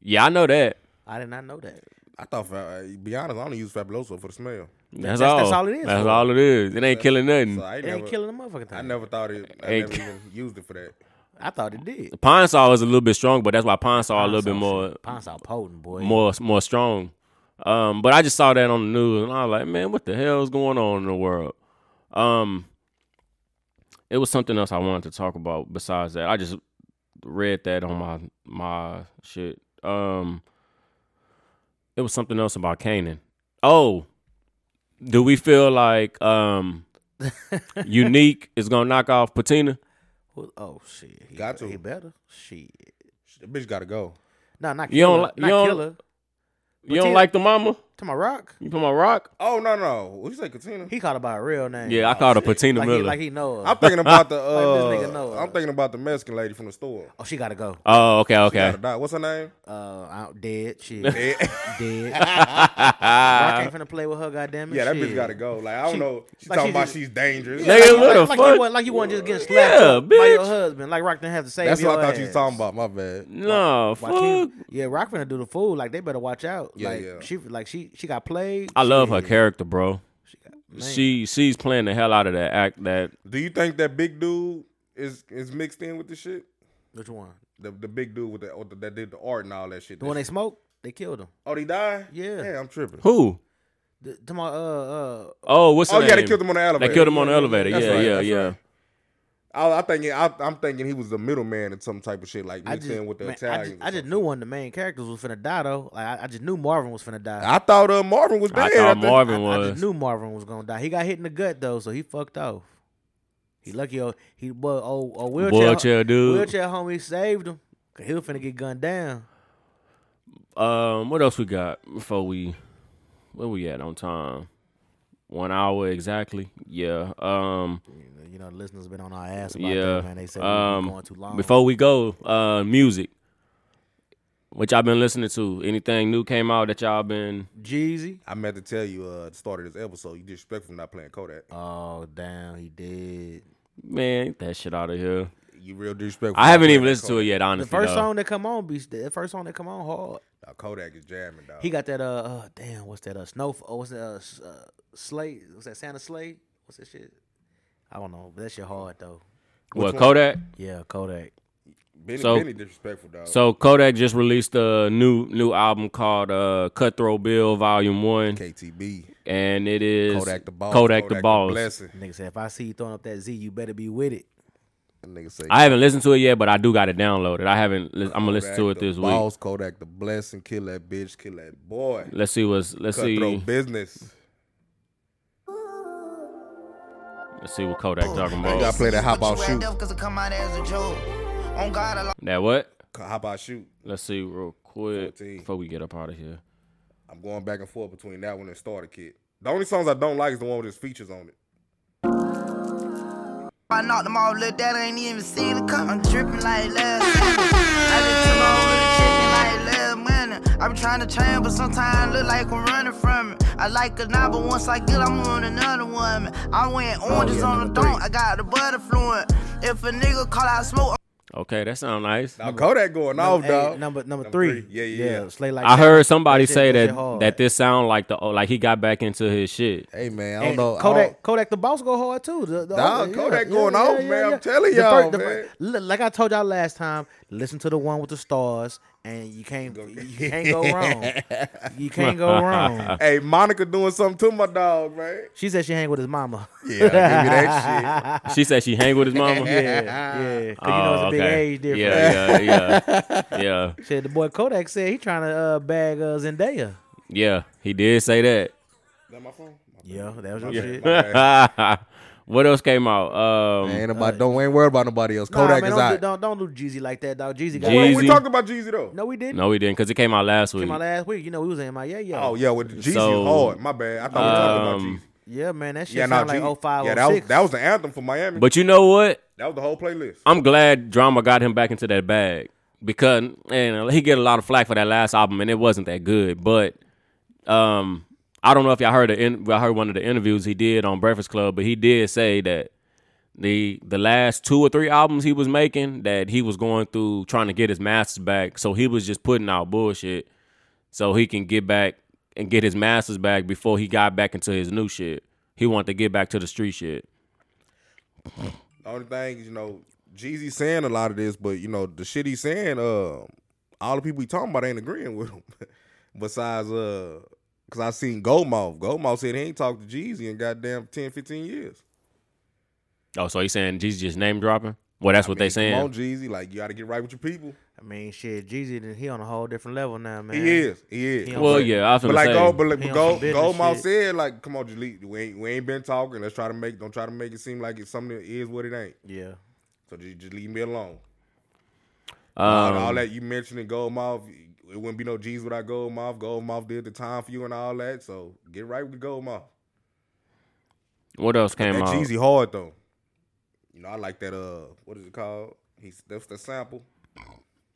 Yeah, I know that. I did not know that. I thought, uh, be honest, I only use Fabuloso for the smell. That's, all. That's- that's all it is That's for. all it is. It ain't killing nothing. So It I ain't ain't never, killing the motherfucking thing. I never thought it. I Ain't ki- never even used it for that. I thought it did. Pine saw is a little bit strong, but that's why pine saw a little bit Pine more Pine saw potent, boy. more more strong. Um, but I just saw that on the news and I was like, man, what the hell is going on in the world? Um, it was something else I wanted to talk about besides that. I just read that on my my shit. Um, it was something else about Canaan. Oh, do we feel like um, Unique is gonna knock off Patina? Who- Oh shit. He, Got to. He better. Shit. The bitch got to go. No, not You don't killer. li- you not don't- killer. You don't Patina- like the mama? To my rock. You put my rock? Oh no no! What you say, Katina? He called her by a real name. Yeah, I called her Patina like Miller. he, like he know. Her. I'm thinking about the. Like this nigga Uh, know. I'm thinking about the Mexican lady from the store. Oh, she gotta go. oh, okay, She gotta okay. die. What's her name? Uh, out dead. Shit. Eh, dead. Rock ain't finna play with her. Goddamn it. yeah, that shit. bitch gotta go. Like I don't She- know. She like, talking she about just- she's dangerous. Nigga, Like, what like, the like fuck? you wasn't, like you wasn't just getting slapped Yeah, up by your bitch. husband. Like Rock didn't have to save That's your what I thought ass. you was talking about. My bad. No, Why can't- fuck. Yeah, Rock finna do the fool. Like they better watch out. Yeah, like yeah. she like she she got played. I love her Shit. character, bro. Man. She she's playing the hell out of that act. That Do you think that big dude is is mixed in with the shit? Which one? The the big dude with the, with the that did the art and all that shit. The one That- they smoked, they killed him. oh, he died. Yeah. Yeah, I'm tripping. who? The, to my, uh, uh, Oh, what's Oh her yeah, they name? killed him on the They elevator. killed him on the elevator. That's yeah, right, yeah, that's yeah. right. I, I think I, I'm thinking he was the middleman in some type of shit, like I mixed just, in with the man, I Italians. just, or I just something. knew one of the main characters was finna die though. Like I, I just knew Marvin was finna die. I thought uh, Marvin was dead. I thought think- Marvin I, I was. just knew Marvin was gonna die. He got hit in the gut though, so he fucked off. He lucky old he but old, old wheelchair Wheelchair dude. wheelchair homie saved him. 'Cause he was finna get gunned down. Um, what else we got before we? Where we at on time? One hour exactly. Yeah. Um. You know, you know, the listeners been on our ass about Yeah. that, man. They said we um. we going too long. Before we go, uh, music. What y'all been listening to? Anything new came out that y'all been? Jeezy. I meant to tell you uh, at the start of this episode, you disrespectful for not playing Kodak. Uh, Oh damn, he did. Man, get that shit out of here. You real disrespectful. I haven't even listened to it yet, honestly. The first though. song that come on, be the first song that come on hard. Nah, Kodak is jamming, dog. He got that uh, uh damn, what's that uh snow? Oh, what's that uh, s- uh Slade? What's that Santa Slade? What's that shit? I don't know, but that shit hard though. What Kodak? Yeah, Kodak. Benny, so- Benny disrespectful, dog. So Kodak just released a new new album called uh, Cutthroat Bill Volume One, KTB, and it is Kodak the boss, Kodak, the boss. blessing. Nigga said, if I see you throwing up that Z, you better be with it. That nigga say, I haven't listened to it yet, but I do got it downloaded. I haven't. Li- I'm gonna listen to it the this week. Boss Kodak the blessing, kill that bitch, kill that boy. Let's see what's let's Cutthroat see business. let's see what Kodak talking You gotta about. play that hop out shoot. Cause it come out as a joke. On God, I That what? Hop out shoot. Let's see real quick 14. before we get up out of here. I'm going back and forth between that one and Starter Kid. The only songs I don't like is the one with his features on it. I knocked them all, little dad ain't even seen it come. I'm dripping like last summer. I been too long with a chicken like last money. I been trying to change, but sometimes look like I'm running from it. I like a knob, but once I get, I'm on another one. I went oranges yeah, on the number dome, three. I got the butter fluent. If a nigga call out smoke, Okay, that sound nice. Now Kodak going off, Number, eight- dog. number number Oh, Number three. three. Yeah, yeah, yeah. Slade like I that. heard somebody shit- say that shit that hard. that this sound like the oh, like he got back into his shit. Hey man, I don't And know. I Kodak, don't- Kodak the boss go hard too. The, the- Dog, Kodak going off, man. I'm telling The y'all, the man. Look, like I told y'all last time, listen to the one with the stars, and you can't you can't go wrong. You can't go wrong. Hey, Monica doing something to my dog, man. She said she hang with his mama. Yeah, give me that shit. She said she hang with his mama. yeah, yeah. 'Cause you know it's a Oh, big okay. age difference. Yeah, yeah, yeah, yeah. Shit, the boy Kodak said he trying to uh, bag uh, Zendaya. Yeah, he did say Is that my phone? Yeah, that was your shit. that. What else came out? Um, Ain't nobody, don't ain't worry about nobody else. Nah, Kodak man, is don't, do- out. don't don't do Jeezy like that, dog. Jeezy got. Jeezy. Well, Oh, we talked about Jeezy though. No, we didn't. no, we didn't because it came out last week. Came out last week. You know, we was in my yeah, yeah. Oh yeah, with Jeezy So, hard. My bad. I thought we talked about um, Jeezy. Yeah, man, that shit Yeah, nah, sound like Jeezy- 05, Yeah, that was 06. that was the anthem for Miami. But you know what? that was the whole playlist. I'm glad Drama got him back into that bag because and he get a lot of flack for that last album and it wasn't that good. But um, I don't know if y'all heard the in, I heard one of the interviews he did on Breakfast Club, but he did say that the the last two or three albums he was making that he was going through trying to get his masters back, so he was just putting out bullshit so he can get back and get his masters back before he got back into his new shit. He wanted to get back to the street shit. The only thing is, you know, Jeezy saying a lot of this, but you know, the shit he's saying, uh, all the people he talking about ain't agreeing with him. Besides, uh, cause I seen Goldmouth. Goldmouth said he ain't talked to Jeezy in goddamn 10, 15 years. Oh, so he's saying Jesus just name dropping? Well, that's what I mean, they saying. Come on, Jeezy, like you got to get right with your people. I mean, shit, Jeezy, then he on a whole different level now, man. He is, he is. He on Well, But- yeah, I was But gonna like, say, go, but like, He on go, some business Goldmouth shit. said, like, come on, Jeezy, we ain't, we ain't been talking. Let's try to make, don't try to make it seem like it's something that is what it ain't. Yeah. So just, just leave me alone. all, um, all that you mentioned in Goldmouth, it wouldn't be no G's without Goldmouth. Goldmouth did the time for you and all that. So get right with Goldmouth. what else came That out? Jeezy hard though. You know, I like that. Uh, what is it called? He's that's the sample.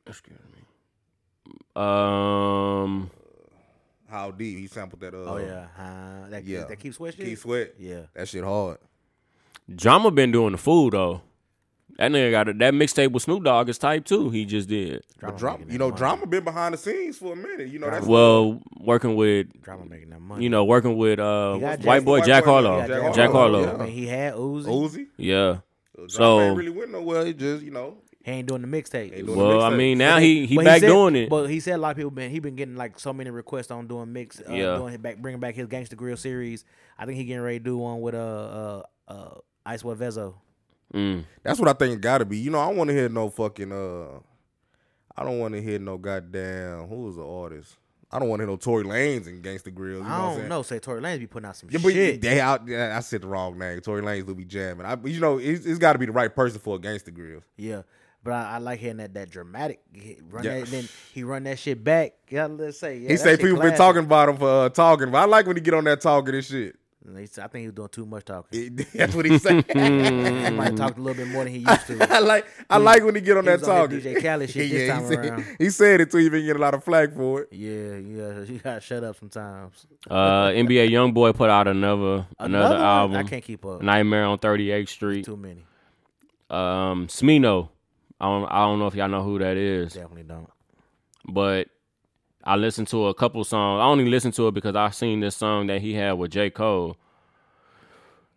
Excuse me. Um, How deep he sampled that. Uh, Oh yeah. Uh, that, yeah. that keep sweat shit. Keep sweat. Yeah. that shit hard. drama been doing the fool though. That nigga got a, that mixtape with Snoop Dogg is type two. He just did. But Drama drama, making you that know, money. drama been behind the scenes for a minute. You know, that's Well, working with Drama making that money. you know uh, working with uh He got Jack- white boy White Jack boy, Harlow. yeah, Jack Jack, Harlow, Harlow. I mean, he had Uzi. Uzi. Yeah. Drama So- ain't really went nowhere. It just you know, He ain't doing the mixtape. Ain't doing- Well, I mixtape. mean, now he he But back said- doing it. But he said a lot of people been he been getting like so many requests on doing mix. Uh, Yeah. Doing back bringing back his Gangsta Grill series. I think he getting ready to do one with uh uh, uh Ice West Vezo. Mm. That's what I think it gotta be. You know, I don't want to hear no fucking uh I don't want to hear no goddamn who was the artist. I don't want to hear no Tory Lanez and Gangsta Grill. You know I what I'm don't saying? know. Say Tory Lanez be putting out some Yeah, but shit. they out. Yeah, I said the wrong name. Tory Lanez will be jamming. I, you know, it's, it's got to be the right person for a Gangsta Grill. Yeah, but I, I like hearing that that dramatic hit, run. Yeah. That, then he run that shit back. Yeah, let's say yeah, he that say shit people been classic. talking about him for uh, talking, but I like when he get on that talking and shit. And he said- I think he was doing too much talking. It- that's what he say. Mm. He might have talked a little bit more than he used I to. like I like when he get on he that was on talking. that DJ Khaled shit this time he said, around. He said it too. He been getting a lot of flack for it. yeah, yeah, you gotta shut up sometimes. Uh, NBA YoungBoy put out another another, one? album. I can't keep up. Nightmare on 38th Street. Too many. Um, Smino. I don't, I don't know if y'all know who that is. Definitely don't. but I listened to a couple songs. I only listened to it because I seen this song that he had with J. Cole.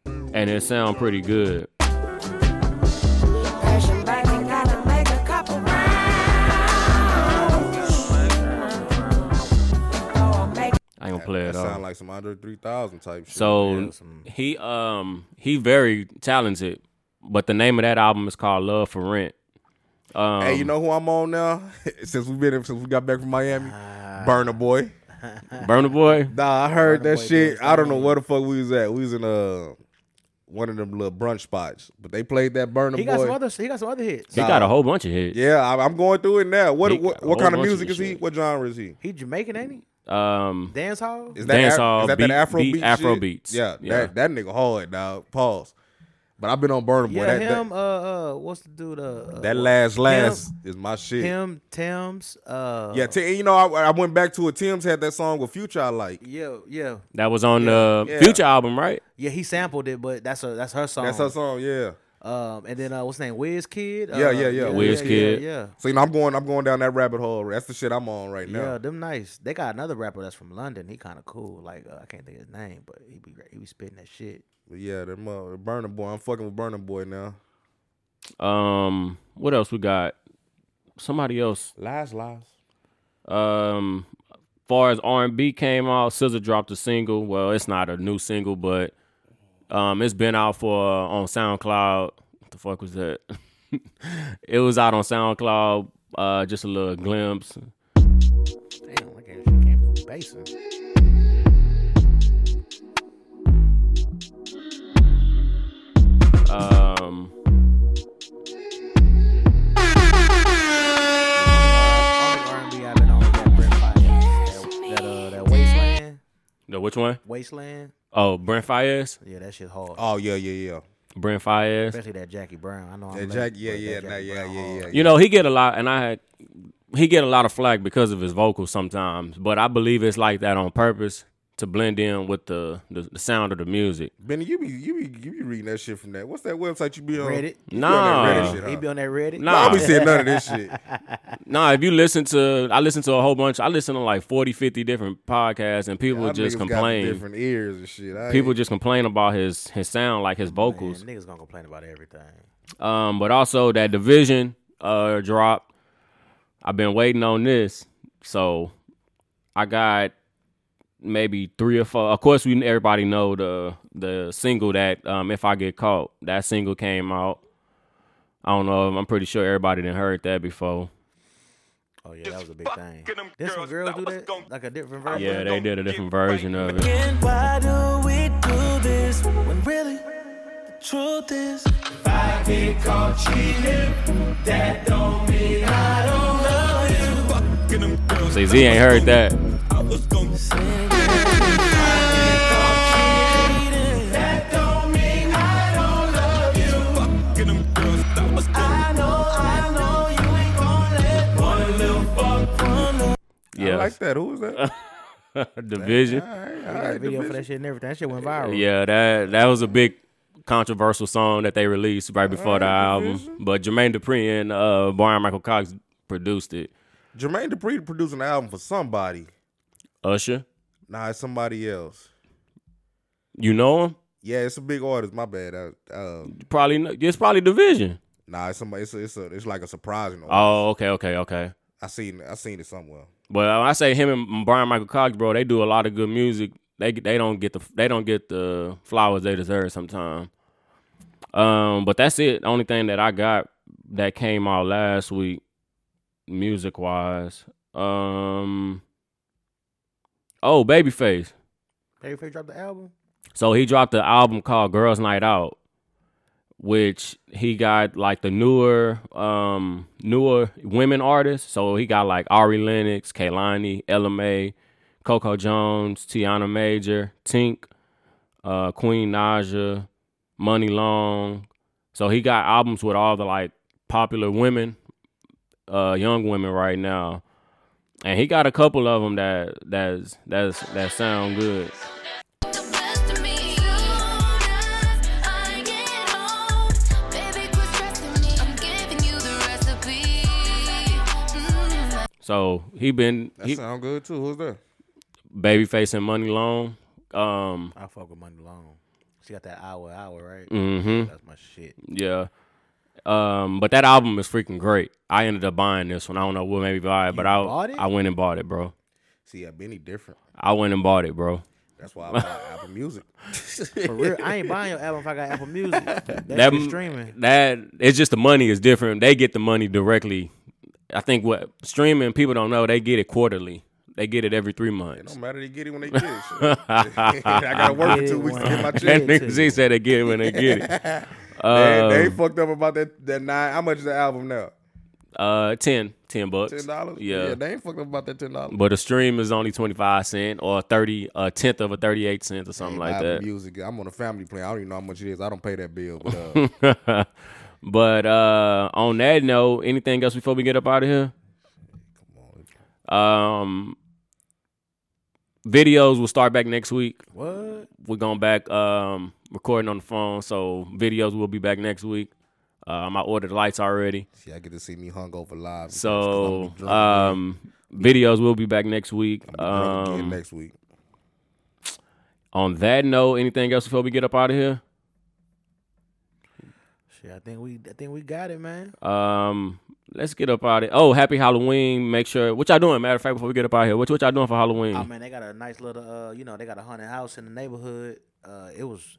And it sound pretty good. Passion back and gotta make a couple rounds. Or make I ain't gonna play That it sound all. like some Andre 3000 type shit. So he um he very talented, but the name of that album is called Love for Rent. Um, Hey, you know who I'm on now? since we've been since we got back from Miami, Burner Boy. Burner Boy. Ah. Nah, I heard that Boy shit. did I don't know where the fuck we was at. We was in uh one of them little brunch spots, but they played that Burner He Boy. got some other. He got some other hits. He got a whole bunch of hits. yeah, I, I'm going through it now. What He what, got a what whole kind of bunch of music this is he? shit. What genre is he? He Jamaican, ain't he? Um, Dance hall. Is that Af- Dancehall, is that beat- that Afro beat- beat? Afro shit? beats. Yeah, Yeah. That, that nigga hard dog. Pause. But I've been on Burner Boy. yeah, that, him. that, uh, uh, what's the dude? Uh, uh, that last last is my shit. him. Tim's. Uh, Yeah, T- and you know I, I went back to it. Tim's had that song with Future. I like. yeah, yeah, that was on the yeah. Future album, right? yeah. He sampled it, but that's a that's her song. That's her song. Yeah. Um, and then uh, what's his name? Wiz Kid. Uh, Yeah, yeah, yeah. Wiz Kid. Yeah, yeah. So you know I'm going I'm going down that rabbit hole. That's the shit I'm on right now. Yeah, them nice. They got another rapper that's from London. He kind of cool. Like uh, I can't think of his name, but he be he be spitting that shit. But yeah, that mother Burner Boy. I'm fucking with Burner Boy now. Um, what else we got? Somebody else Lies, lies. Um, far as R and B came out, SZA dropped a single. Well, it's not a new single, but um, it's been out for uh, on SoundCloud. What the fuck was that? it was out on SoundCloud. Uh, just a little glimpse. Damn, like that shit came through basin. Um, The which one? uh, Wasteland. Oh, Brent Fayez. Yeah, that shit hard. Oh yeah, yeah, yeah. Brent Fayez. Especially that Jackie Brown. I know. I'm That late, Jack, yeah, but yeah, that nah, Jackie yeah, Brown yeah, hard. yeah. You know, he get a lot, and I had he get a lot of flack because of his vocals sometimes. But I believe it's like that on purpose to blend in with the the, the sound of the music. Benny, you be you be you be reading that shit from that. What's that website you be on? Reddit. You be on that Nah. Reddit shit, He huh? be on that Reddit. Nah. I be saying none of this shit. Nah, if you listen to, I listen to a whole bunch. I listen to like 40, 50 different podcasts, and people Y'all just niggas got complain. Different ears and shit. I People ain't- just complain about his his sound, like his Man, vocals. niggas gonna complain about everything. Um, but also that division uh drop. I've been waiting on this, so I got maybe three or four. Of course, we everybody know the the single that um, if I get caught, that single came out. I don't know. I'm pretty sure everybody done heard that before. Oh yeah, that was a big thing. fucking them Did some girls girls that do was that? gon- Like a different version. Yeah, they did a different version of it. again. Why do we do this when really the truth is? If I get caught cheating, that don't mean I don't love you. Fucking them girls. See, Z ain't heard that. I was gonna That don't mean I don't love you. fucking them girls. I was gonna I know, I know you ain't gonna let one little fuck from the Yeah, I like that. Who was that? division. All right, all We got a right, video for division. that shit and everything. That shit went viral. Yeah, that that was a big controversial song that they released right before the album. But Jermaine Dupri and uh Brian Michael Cox produced it. Jermaine Dupri producing an album for somebody. Usher, Nah, it's somebody else. you know him? Yeah, it's a big artist. My bad. I, uh, You probably know, it's probably Division. nah, it's somebody. It's a, it's a, it's like a surprising. artist. Oh, okay, okay, okay. I seen I seen it somewhere. But I say him and Brian Michael Cox, bro, they do a lot of good music. They they don't get the they don't get the flowers they deserve sometimes. Um, but that's it. The only thing that I got that came out last week, music wise. Um, oh, Babyface. Babyface dropped the album. So he dropped the album called Girls Night Out, which he got like the newer um newer women artists. So he got like Ari Lennox, Kaylani, Ella May, Coco Jones, Tiana Major, Tink, uh, Queen Naja, Money Long. So he got albums with all the like popular women, uh, young women right now. And he got a couple of them that that's that's that sound good. The best of me. I get home, baby, quit stressing me. I'm giving you the recipe. So he been That he, sound good too. Who's that? Babyface and Money Long. Um, I fuck with Money Long. She got that hour, hour, right? mhm, That's my shit. yeah. Um, but that album is freaking great. I ended up buying this one. I don't know what maybe buy it, but I bought it? I went and bought it, bro. See, I've been any different. I went and bought it, bro. That's why I buy Apple Music. For real, I ain't buying your album if I got Apple Music. That, shit streaming. That it's just the money is different. They get the money directly. I think what streaming people don't know they get it quarterly. They get it every three It months. don't matter. They get it when they get it. shit. I gotta work for two weeks to get my That check. get it nigga to Z you. said they get it when they get it. They, they Um, ain't fucked up about that. That nine. How much is the album now? uh, 10, 10 bucks. Ten dollars. Yeah. They ain't fucked up about that ten dollars. But a stream is only twenty five cent or thirty a tenth of a thirty eight cent or something like Apple that. Music. I'm on a family plan. I don't even know how much it is. I don't pay that bill. But uh, but uh on that note, anything else before we get up out of here? Um videos will start back next week. What? We're going back um recording on the phone, so videos will be back next week. Um I ordered lights already. see, I get to see me hungover live. So Cause I'm gonna be drunk um videos will be back next week. again. Drunk again Um, next week. on that note, anything else before we get up out of here? Shit, I think we, I think we got it, man. Um, let's get up out of Oh, happy Halloween. Make sure what y'all doing, matter of fact, before we get up out of here. What what y'all doing for Halloween? Oh man, they got a nice little, uh, you know, they got a haunted house in the neighborhood. Uh, it was,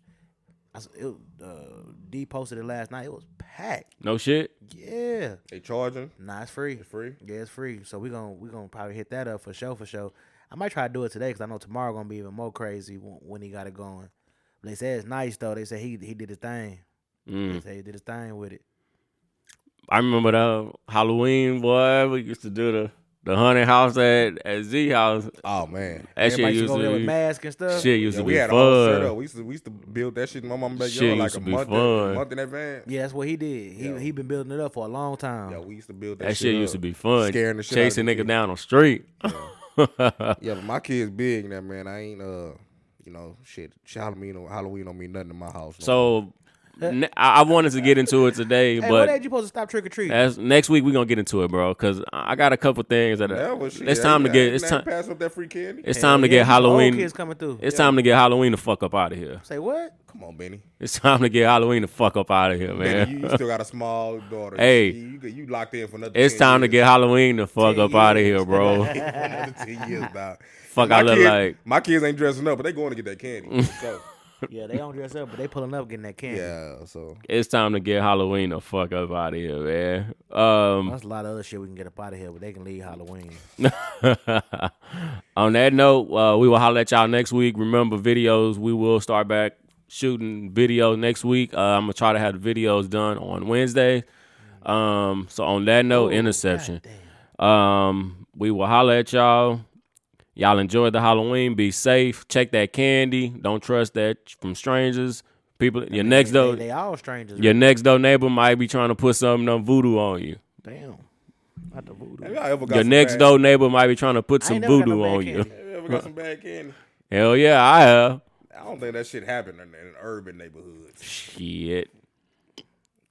I, s- it, was, uh, D posted it last night. It was packed. no shit. Yeah. They charging. Nah, it's free. It's free? Yeah, it's free. So we gonna we gonna probably hit that up for sure for sure. I might try to do it today because I know tomorrow gonna be even more crazy when, when he got it going. But they said it's nice though. They said he he did his thing. They Mm. said he did his thing with it. I remember the Halloween boy. We used to do the the hunting house at, at Z house. Oh man. That shit Everybody used to go there with used to masks and be stuff. shit used Uh, Yeah, to we be had all set up. fun. We used to we used to build that shit in my mama's Shit backyard like used a to be month, in- fun. month in advance. Yeah, that's what he did. He Yeah. he been building it up for a long time. Yeah, we used to build that, That shit used to up. be fun. Scaring the shit out of Chasing the niggas kids. down on street. Yeah, but my kids big now, man. I ain't uh, you know, shit. Halloween, don't- Halloween don't mean nothing in my house. no So n- I I wanted to get into it today, Hey, what but age you supposed to stop trick or treating? As next week we gonna get into it, bro. Cause I I got a couple things that Yeah, well, shit, it's ain't time to that- get ain't it's that time Pass up that free candy. it's time to Yeah, get these old Halloween. kids It's coming through. time to get Halloween the fuck up out of here. Say what? Come on, Benny. It's time to get Halloween the fuck up out of here, Benny, you, man. you still got a small daughter. Hey. you, you, you locked in for another. It's 10 time to years. get Halloween the fuck up out of here, bro. another ten years, dog. Fuck, My I look kids- like- my kids ain't dressing up, but they going to get that candy. so, Yeah, they don't dress up, but they pulling up getting that candy. yeah, so It's time to get Halloween the fuck up out of here, man. Um, That's a lot of other shit we can get up out of here, but they can leave Halloween. on that note, uh, we will holler at y'all next week. Remember videos. We will start back shooting video next week. Uh, I'm gonna try to have the videos done on Wednesday. Um, so on that note, Oh, interception. Um, we will holler at y'all. Y'all enjoy the Halloween. Be safe. Check that candy. Don't trust that from strangers. People, your next they, door, they all strangers. your next door neighbor might be trying to put something on voodoo on you. Damn. Not the voodoo. have y'all ever got Your some next bad, door neighbor might be trying to put I some ain't never got no voodoo bad on candy. you. You ever got some bad candy? Hell yeah, I have. I don't think that shit happened in, in urban neighborhoods. Shit.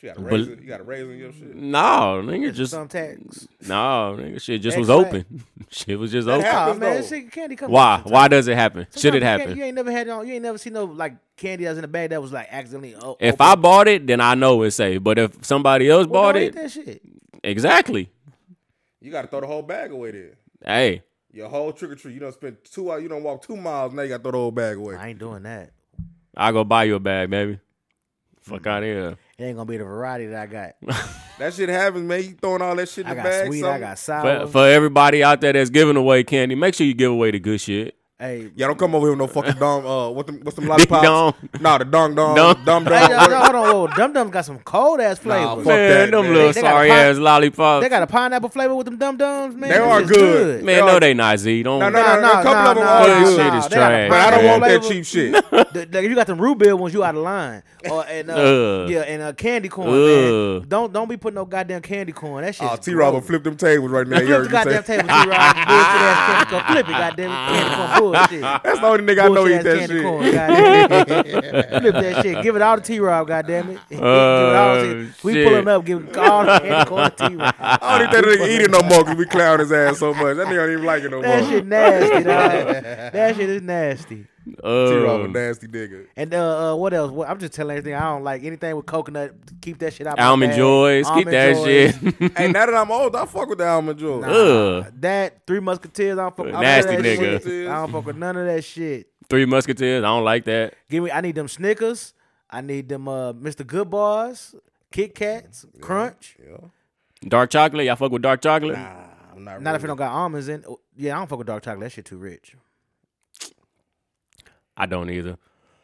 You got a raisin, you got a raisin in your shit. Mm. No, nigga, just Some tags. no, nigga, shit just was Exact. open. shit was just open. Nah, happens, man, though. this shit candy come. Why? sometimes. Why does it happen? Should Sometimes it you can't- happen? You ain't never had on. You ain't never seen no like candy that was in a bag that was like accidentally. o- If open. I bought it, then I know it's safe. But if somebody else Well, bought don't eat it, that shit. exactly. You got to throw the whole bag away there. Hey, Your whole trick or treat. You don't spend two hours. You don't walk two miles. Now you got to throw the whole bag away. I ain't doing that. I go buy you a bag, baby. Fuck out here. It ain't gonna be the variety that I got. That shit happens, man. You throwing all that shit in I the got bag. sweet. I something. got sour. For, for everybody out there that's giving away candy, make sure you give away the good shit. hey, Y'all don't come over here with no fucking dong. Uh, what them, what's them lollipops? dong. Nah, the dong dong. Dong. Dong dong. hey, y'all- y'all, hold on, whoa. Dum Dum's got some cold ass Nah, flavors. fuck Man, that, them man. little They got a sorry pop- ass lollipops. they got a pineapple flavor with them Dum Dums, man. They That are shit's good. man, they no, are- they not Z. Don't No, no, Nah, no, no. nah, A couple nah, of them nah, are nah, good. shit is They got a trash. But I don't man. want that flavor. cheap shit. The- like, if you got them root beer ones, you out of line. Or and uh, Ugh. yeah, and uh, candy corn. Ugh. Man. Don't don't be putting no goddamn candy corn. That shit. Oh, T Rob will flip them tables right now. You Flip heard the me say. goddamn table, T Rob. Bullshit ass candy corn. Flip it, goddamn candy corn bullshit. That's the only nigga I know Bullshit eat ass that candy shit. corn, goddamn. Flip that shit. Give it all to T Rob, goddamn it. Give it all to- Oh, We shit. pulling up, giving all the candy corn to T Rob. I don't think that nigga eat it no more because we clown his ass so much. That nigga don't even like it no more. That shit nasty, dog. That shit is nasty. T Rob a Ugh. nasty nigga. And uh, uh, what else? What, I'm just telling everything. I don't like anything with coconut. Keep that shit out. my Almond bag. Joys, keep Almond that Joys. shit. hey, now that I'm old, I fuck with the almond joy. Ugh. That Three Musketeers. I don't fuck with Nasty none of that nigga. shit. I don't fuck with none of that shit. Three Musketeers, I don't like that. Give me. I need them Snickers. I need them uh, Mr. Good Bars, Kit Kats, Crunch. Dark chocolate, y'all fuck with dark chocolate? I'm not, Not if it really- don't got almonds in. Oh, Yeah, I don't fuck with dark chocolate. That shit too rich. I don't either.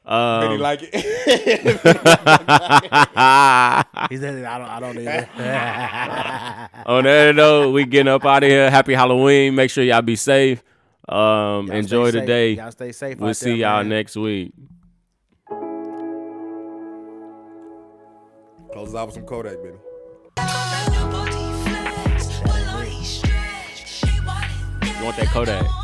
Benny Um, like it. He said, I don't. I don't either. on that note, we getting up out of here. Happy Halloween. Make sure y'all be safe. Um, Y'all enjoy stay the safe. day. Y'all stay safe. We'll out see there, y'all man. next week. Close us out with some Kodak, Benny. You want that Kodak?